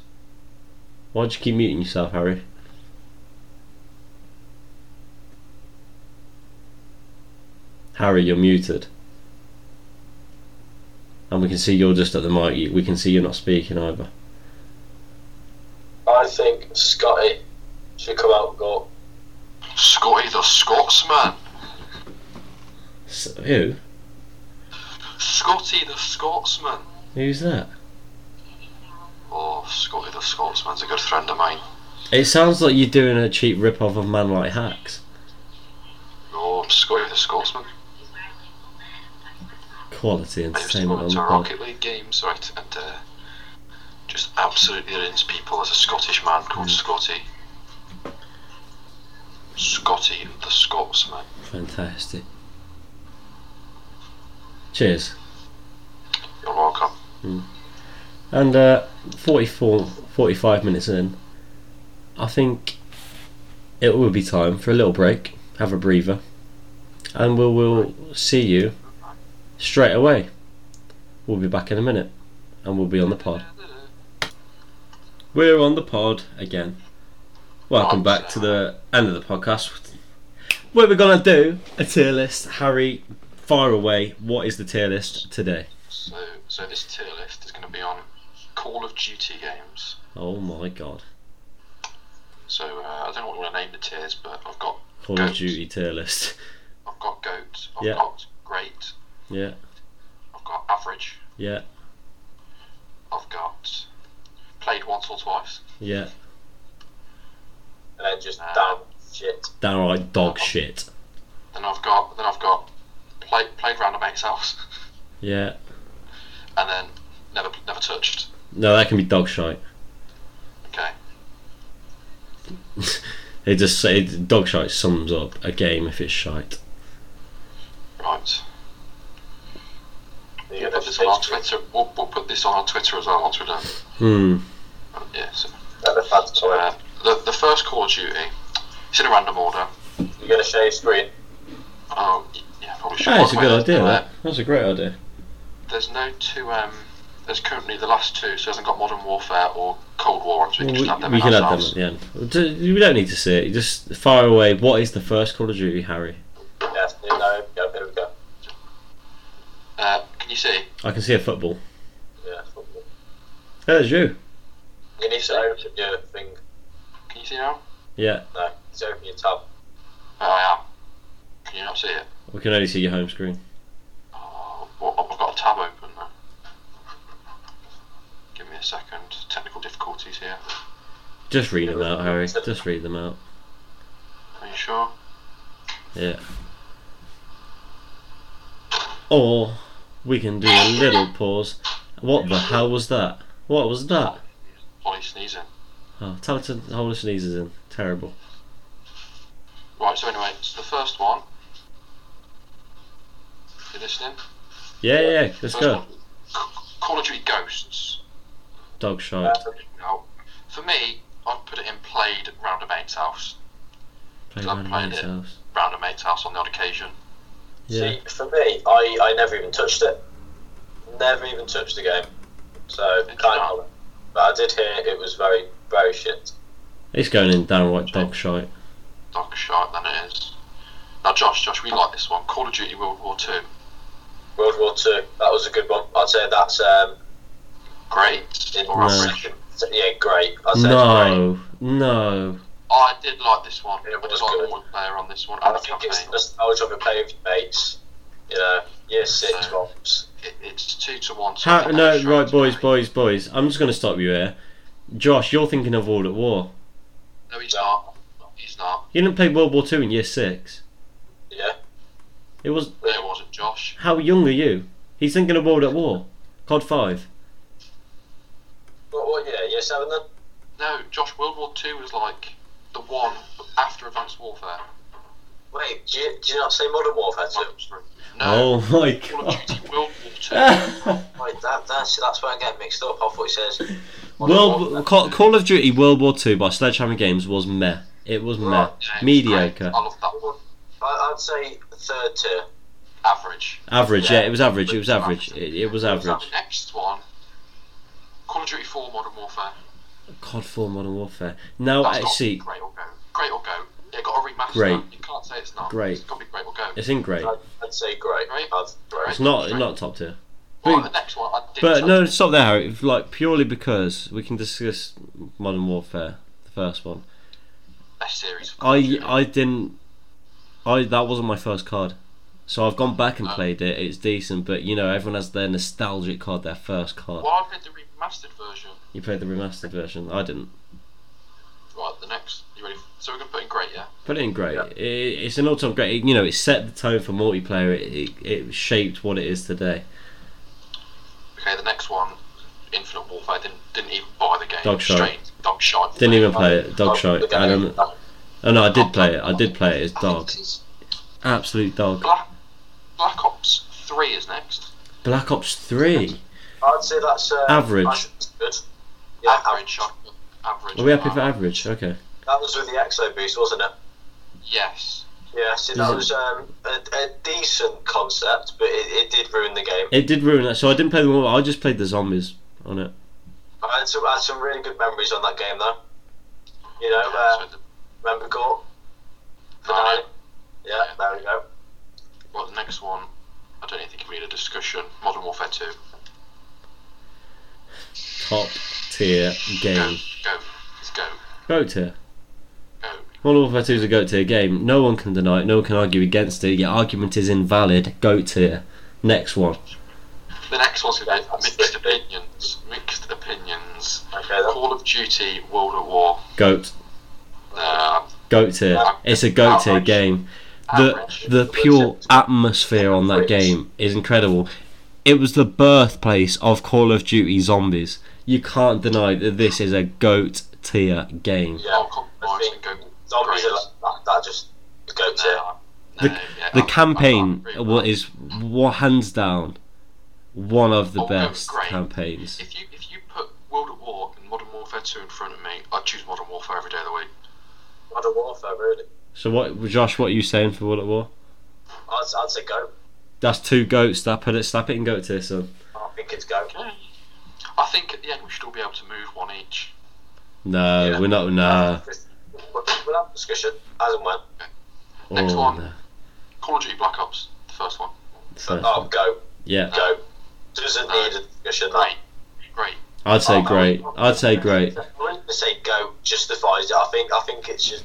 Why'd you keep muting yourself, Harry? Harry, you're muted. And we can see you're just at the mic. you- We can see you're not speaking either. I think Scotty should come out and go. Scotty the Scotsman. S who? Scotty the Scotsman. Who's that? Oh, Scotty the Scotsman's a good friend of mine. It sounds like you're doing a cheap rip-off of Man Like Hacks. Oh, Scotty the Scotsman. Quality I was entertainment going on to the a pod. Rocket League game, so I t- and uh, just absolutely rinsed people. There's a Scottish man called Mm. Scotty. Scotty the Scotsman. Fantastic. Cheers. You're welcome. And uh, 44, 45 minutes in, I think it will be time for a little break, have a breather, and we'll, we'll see you straight away. We'll be back in a minute, and we'll be on the pod. We're on the pod again. Welcome back to the end of the podcast. What we're gonna do a tier list. Harry, fire away. What is the tier list today? So, so this tier list is going to be on Call of Duty games. Oh my god, So uh, I don't know what you want to name the tiers, but I've got Call of Duty tier list. I've got goat. I've Yeah. got great. Yeah, I've got average. yeah, I've got played once or twice. yeah. and then just damn shit. Downright dog shit. Then I've got then I've got played played round at mate's house, Yeah. and then never never touched. No, that can be dog shite. Okay. They just say dog shite sums up a game if it's shite. Right. You get We'll a put this on our picture Twitter. We'll, we'll put this on our Twitter as well once we're done. Uh, Hmm. Yeah. So, of the fans so toilet. uh, the the first Call of Duty. It's in a random order. You get a share screen. Oh, y- yeah, probably should. Hey, it's a Wait, good there's idea. no- That. That's a great idea. There's no two. Um, there's currently the last two, so it hasn't got Modern Warfare or Cold War, on, so Well, we can we, just add them we in can add them ourselves. at the end. We do- We don't need to see it. Just fire away. What is the first Call of Duty, Harry? Yes, you know, yeah, there we go. Uh, can you see? I can see a football. Yeah, football. There's you. You need to open your thing. Can you see now? Yeah. No, it's open your tab. Oh, I am. Can you not see it? We can only see your home screen. Oh, well, I've got a tab open now. Give me a second. Technical difficulties here. Just read them out, Harry. Just read them out. Are you sure? Yeah. Or we can do a little pause. What the hell was that? What was that? Ollie sneezing. Oh, tell it to hold the sneezes in. Terrible. Right. So anyway, it's the first one. You listening? Yeah, yeah. Let's First go. one. C- Call of Duty Ghosts. Dog shite. Uh, No. For me, I'd put it in played round a mate's house. Play I'm around playing mate's it. house. Round a mate's house on the odd occasion. Yeah. See, for me, I, I never even touched it. Never even touched the game. So, can't comment. But I did hear it was very, very shit. It's going in downright dog shite. Dog shite than it is. Now, Josh, Josh, we like this one. Call of Duty World War Two. World War Two. that was a good one. I'd say that's um, Great. in Or No. average. yeah, great. I'd say great. No, no. Oh, I did like this one. Yeah, it I did was like good. the one player on this one. I And the think it's the campaign. nostalgia of playing with mates. You know, year six So- ones. It, it's two to one. so How, it's no, straight right, to boys, me. boys, boys. I'm just going to stop you here. Josh, you're thinking of World at War. No, he's not. He's not. You didn't play World War Two in Year Six. Yeah. It was No, it wasn't, Josh. how young are you? He's thinking of World at War. COD Five. What, what year? Year seven then? No, Josh. World War Two was like the one after Advanced Warfare. Wait, do you, do you not say Modern Warfare 2? No. Oh my Call of Duty Uh, World War Two. god. Wait, that, that's, that's where I get mixed up. I thought it says. World Call, Call of Duty World War Two by Sledgehammer Games was meh. It was meh. Right, Yeah, it's Mediocre. great. I love that one. I, I'd say third tier. Average. Average. Yeah, it was average. It was average. It, it was average. Next one. Call of Duty 4 Modern Warfare. COD Four Modern Warfare. Now That's I got to be see. Great or go. Great or go. It got a remaster. Great. You can't say it's not. Great. It's got to be great or go. It's in great. I'd, I'd say great. Great. I'd, It's great. not not top tier. Right, the next one. I did But say- no, stop there, Harry. If, Like purely because we can discuss Modern Warfare, the first one. Best series. of Call of I Duty. I didn't. I that wasn't my first card, so I've gone back and Oh. played it. It's decent, but you know everyone has their nostalgic card, their first card. Well, I played the remastered version. You played the remastered version. I didn't. Right, the next. You ready? So we're going to put in great, yeah? Put it in great. Yeah. It, it's an all-time great. you know, it set the tone for multiplayer. It, it, it shaped what it is today. Okay, the next one. Infinite Warfare. Didn't, didn't even buy the game. Dog shite. Straight Dog shite. Oh, Didn't even play it. Dog I'd- shite. I'd- I don't. I'd- Oh no, I did play it. I did play it. It's dog. It's Absolute dog. Black, Black Ops 3 is next. Black Ops Three. I'd say that's uh, Average. that's Good. Yeah, average. I, average. Are we happy for that? average? Okay. That was with the Exo Boost, wasn't it? Yes. Yeah, see, Is that it- was um, a, a decent concept, but it, it did ruin the game. It did ruin that. So I didn't play the one. I just played the zombies on it. I had some, I had some really good memories on that game, though. You know, Yeah, uh, so the, remember Gore? Nine. Yeah, there we go. Well, the next one, I don't even think we need a discussion. Modern Warfare 2. Top tier Go. game. Go. Let's go. Goat tier. Go. Modern Warfare 2 is a goat tier game. No one can deny it. No one can argue against it. Your argument is invalid. Goat tier. Next one. The next one's going to be Mixed Opinions. Mixed Opinions. Okay, then. Call of Duty World at War. Goat. Uh, Goat tier. It's a goat tier Outrage. game. The the pure atmosphere on that game is incredible. It was the birthplace of Call of Duty Zombies. You can't deny that this is a goat tier game. Yeah, I'll I compromise think and go. zombies are great. like, that, that just go to. No, The- no, yeah, The I- I campaign can't agree with wa- that. is wa- hands down one of the Oh, no, best great. campaigns. If you if you put World at War and Modern Warfare 2 in front of me, I'd choose Modern Warfare every day of the week. Modern Warfare, really. So what, Josh? What are you saying for World at War? I'd, I'd say go. That's two goats. That put it. Slap it in goat tier, son. I think it's go. I think at the end we should all be able to move one each. No, Yeah. we're not. Nah. We'll we'll have a discussion as and when. Next oh, one. no. Call of Duty Black Ops, the first one. So- Oh, go, yeah. go. Doesn't need a discussion. that. Great, great. I'd say Oh, great. I'd say great. I wouldn't say go justifies it. I think I think it should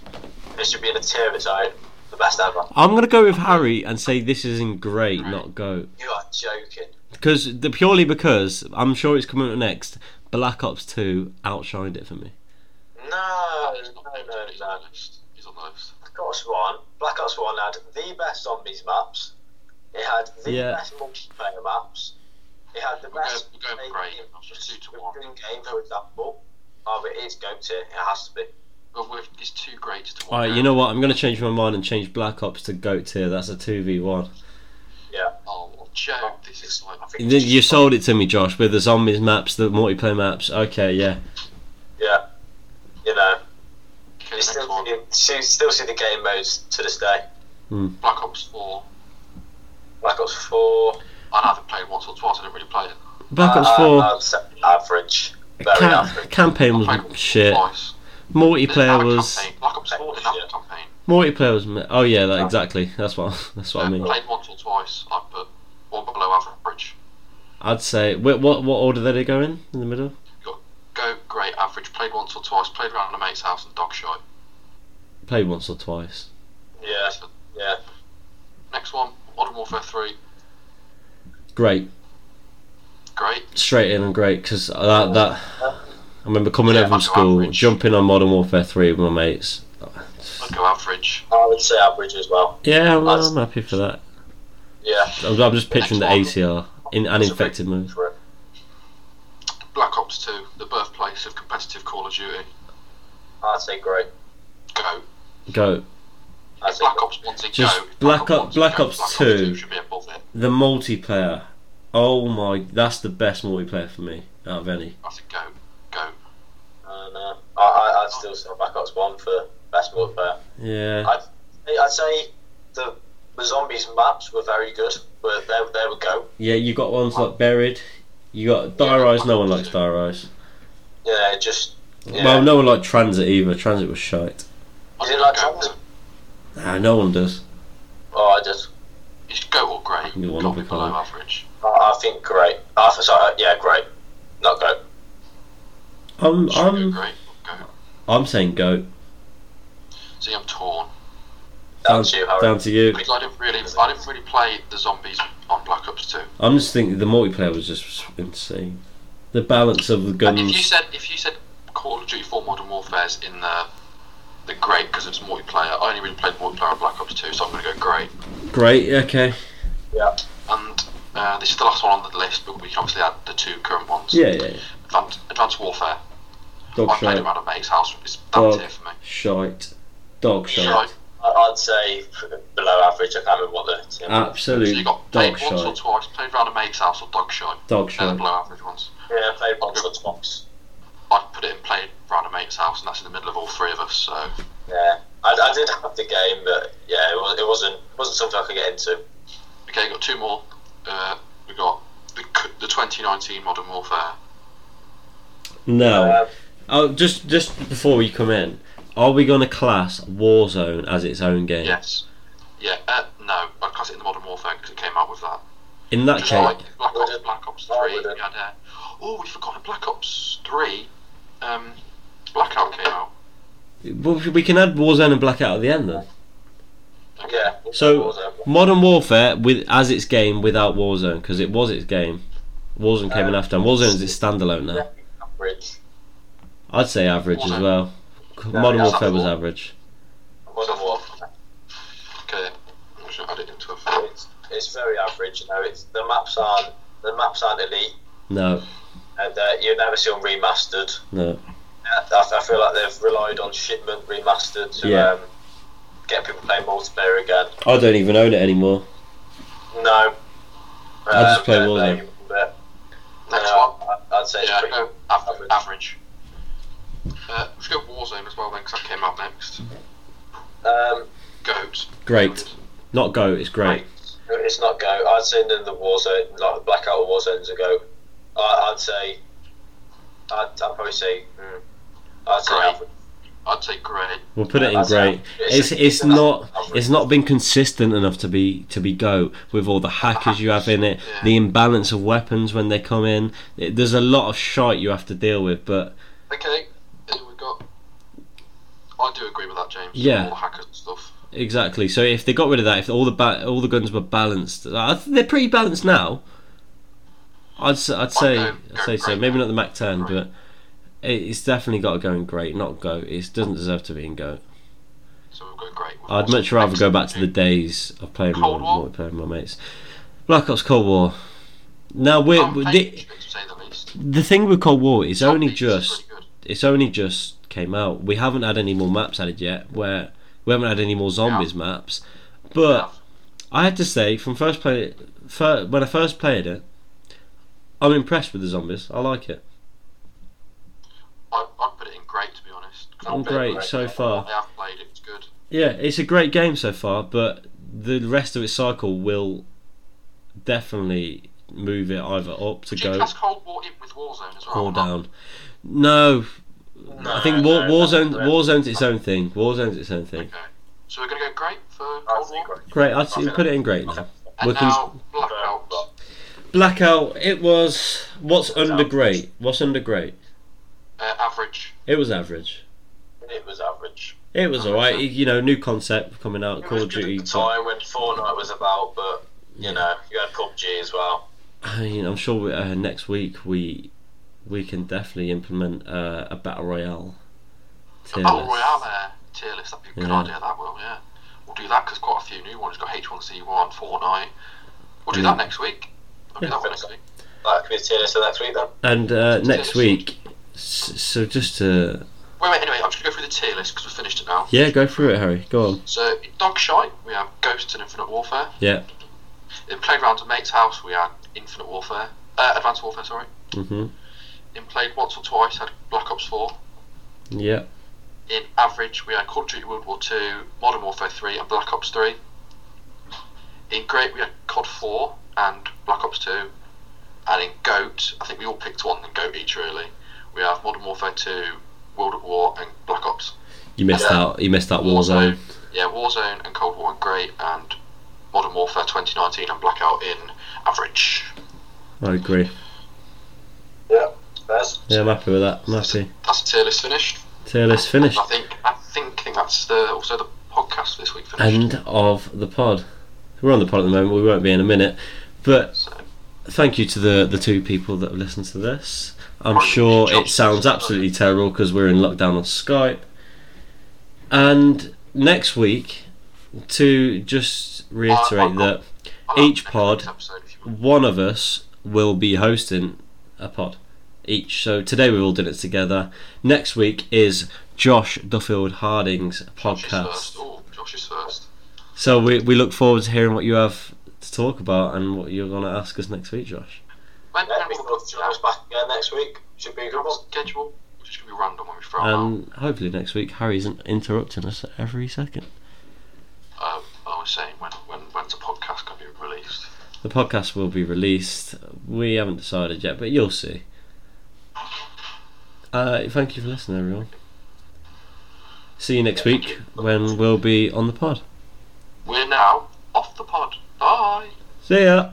it should be in a tier of its own. The best ever. I'm gonna go with Harry and say this isn't great, not goat, You are joking. because the purely because I'm sure it's coming up next. Black Ops Two outshined it for me. No, He's no, not- no, he's no. on the list. He's on the list. Black Ops One, Black Ops One had the best zombies maps. It had the Yeah. best multiplayer maps. It had the We're going, best we're going main great. game, It's just two to one. Green game, for example. Oh, but it is go tier. It has to be. But we're, it's two greats to All one. right, you know what? I'm gonna change my mind and change Black Ops to goat tier. That's a two v one. Yeah. Oh, Joe, this is like. think it's You just- sold it to me, Josh, with the zombies maps, the multiplayer maps. Okay, yeah. Yeah. You know, Okay, you next still, one. see, see- still see the game modes to this day. Black Ops 4. Black Ops Four. I haven't played once or twice, I didn't really play it. Black Ops Uh, Four I'd say average. Very ca- average. campaign I played once was or shit. Twice. They didn't have Multiplayer a was Campaign. Black Ops 4 didn't have a campaign. multiplayer was. me- Oh yeah, that, exactly. That's what. That's what I mean. played once or twice, I'd put one below average. I'd say. Wait, what what order did they go in? In the middle. Go great average. Played once or twice. Played around a mate's house and dog shot. Played once or twice. Yeah, yeah. Next one, Modern Warfare 3. Great, Great. straight in and great because that that I remember coming Yeah, over from that's school, average. jumping on Modern Warfare Three with my mates. I'd go average. I would say average as well. Yeah, I'm, That's- I'm happy for that. Yeah. I'm, I'm just picturing the Next ATR in an That's a infected mode. For it. Black Ops 2, the birthplace of competitive Call of Duty. I'd say great. Go. Go. I'd say Black Ops 1's a Just go. Black Op- one's a Black go. Ops 2. should be above it. The multiplayer. Oh my, that's the best multiplayer for me out of any. That's a go. Go. And, uh, I, I, I'd still say Black Ops 1 for best multiplayer. Yeah, I'd, I'd say the, the zombies maps were very good, but they, they would go. yeah. You got ones like Buried. You got Dire Eyes. No one likes Dire Eyes. Yeah, just. Yeah. Well, no one liked Transit either. Transit was shite. You I'd didn't go like go. Transit? Ah, no one does. Oh, I just. It's go or great. You wanna Got be me below below. average. I, I think great. I, th- sorry, uh, yeah, great. Not great. I'm Should we go I'm great. Go. I'm saying go. See, I'm torn. Down, Down to you, Harry. down to you. Because I didn't really, I didn't really play the zombies on Black Ops 2. I'm just thinking the multiplayer was just insane. The balance of the And if you guns. said if you said Call of Duty 4 Modern Warfare's in the the great because it's multiplayer, I only really played multiplayer on Black Ops 2, so I'm going to go great. Great. Okay. Yeah. And uh, this is the last one on the list, but we can obviously add the two current ones. Yeah. Yeah. yeah. Advanced, Advanced Warfare. Dog I played shite. around at mate's house. It's that Dog tier for me. shite. Dog Yeah. shite. I- I'd say f- below average. I can't remember what the. Uh, Yeah, So you Absolute got played dog once or shite. twice, played around at mate's house or dog shot. Dog They're the shite. below average ones. yeah played one Xbox. I'd put it in played around at mate, mate's house, and that's in the middle of all three of us. So Yeah, I, I did have the game, but yeah, it, was, it wasn't it wasn't something I could get into. okay, got two more. Uh, we got the, c- the 2019 Modern Warfare. No. Um, Oh, just just before we come in, are we going to class Warzone as its own game? Yes. Yeah. Uh, no, I'd class it in the Modern Warfare because it came out with that. In that Just case, like Black Ops, Wouldn't- Black Ops I 3. We wouldn't. had, uh, oh, we forgot in Black Ops 3, um, Blackout came out. but we can add Warzone and Blackout at the end then. yeah. um, So- Warzone. Modern Warfare with as its game without Warzone because it was its game. Warzone came in after, and Warzone's its standalone now. average. I'd say average as Warzone. well. Modern yeah, Warfare was that's- average. Modern Warfare. Okay, I should add it into a film. It's, it's very average. You know, it's the maps aren't the maps aren't elite, No, and uh, you never see them remastered. no. I, I feel like they've relied on shipment remastered to Yeah. um, get people playing multiplayer again. I don't even own it anymore. No. I just play they're- Warzone. they're- they're- Next no, one. I- I'd say it's Yeah, uh, pretty- no, av- average. Uh, let's go Warzone as well then, because that came out next. um, Goat. Great. Not Go. It's great. It's not go. I'd say in the war zone, like blackout war zones, a go. I, I'd say, I'd, I'd probably say, mm, I'd say Great. average. I'd say great. We'll put it in That's great. average. It's it's not it's not been consistent enough to be to be go with all the hackers you have in it, Yeah. the imbalance of weapons when they come in. It- there's a lot of shite you have to deal with, but Okay, here we got. I do agree with that, James. Yeah. All the hackers and stuff. exactly. So if they got rid of that, if all the ba- all the guns were balanced, I th- they're pretty balanced now. I'd s- I'd say go- I'd go say so. great. Maybe not the Mac Ten, Great. but it, it's definitely got to go in great, not go. It doesn't deserve to be in go. So we'll go great. with I'd Warzone. much rather go back to the Excellent. days of playing Cold my, War? playing with my mates. Black Ops Cold War. Now we're Um, the, Patriots, to say the least. the thing with Cold War is only Zombies is just really good. it's only just came out. We haven't had any more maps added yet. Where we haven't had any more zombies maps, but I had to say from first play fir- when I first played it, I'm impressed with the zombies. I like it. I, I'd put it in great, to be honest. 'cause I've I'm played great, it. so far. I have played it, it's good. Yeah, it's a great game so far, but the rest of its cycle will definitely move it either up to Would you go class Cold War in with Warzone as well? or down. No, I think War, No, no, Warzone no. Warzone's its own thing. Warzone's its own thing. Okay. So we're going to go great for I'd Cold say War. great. Great, I'd Okay. put it in great now. And We can- now, Blackout. Blackout. It was what's under great. What's under great? Uh, average. It was average. It was average. It Oh, was alright. You know, new concept coming out. It Call was of good Duty. at the time when Fortnite was about, but you Yeah. know, you had PUBG as well. I mean, I'm sure we, uh, next week we we can definitely implement uh, a battle royale. tier Battle list. Royale there. Tier list, that'd be a good Yeah. idea, that will, yeah. We'll do that because quite a few new ones. We've got H1C1, Fortnite. We'll do Yeah. that next week. We'll do Yeah. that one next week. That could be the tier list for next week then. And uh, Tier next list. week, s- so just to Wait, wait, anyway, I'm just going to go through the tier list because we've finished it now. yeah, go through it, Harry. Go on. So, in Dogshite, we have Ghosts and Infinite Warfare. Yeah. In Playground at Mate's house, we had Infinite Warfare, uh, Advanced Warfare, sorry. hmm In Played Once or Twice, had Black Ops 4. Yeah. In Average, we had Call of Duty World War 2, Modern Warfare 3, and Black Ops 3. In Great, we had COD 4 and Black Ops 2. And in GOAT, I think we all picked one and GOAT each, really. We have Modern Warfare 2, World at War, and Black Ops. You missed Yeah. out. You missed out Warzone. Yeah, Warzone and Cold War in Great, and Modern Warfare 2019 and Blackout in Average. I agree. Yeah, that's Yeah, I'm happy with that. I'm happy. That's the tier list finished. Tier list finished. I think I think, think that's the, also the podcast for this week finished. End of the pod. We're on the pod at the moment. We won't be in a minute, but so, thank you to the the two people that have listened to this. I'm Right, sure good job. it sounds absolutely terrible because we're in lockdown on Skype. And next week, to just reiterate that I'll have Each to make pod- a next episode if you want. one of us will be hosting a pod each. So today we've all done it together. Next week is Josh Duffield Harding's Josh is podcast. first. Oh, Josh is first. So we, we look forward to hearing what you have to talk about and what you're going to ask us next week, Josh. When, when that'd be we'll good. John's back again next week. Should be a good one. schedule. We It's gonna be random when we throw them And hopefully next week Harry isn't interrupting us every second. out. Um, I was saying when when when's the podcast gonna be released? The podcast will be released. We haven't decided yet, but you'll see. Uh, thank you for listening, everyone. See you next week when we'll be on the pod. We're now off the pod. Bye. See ya.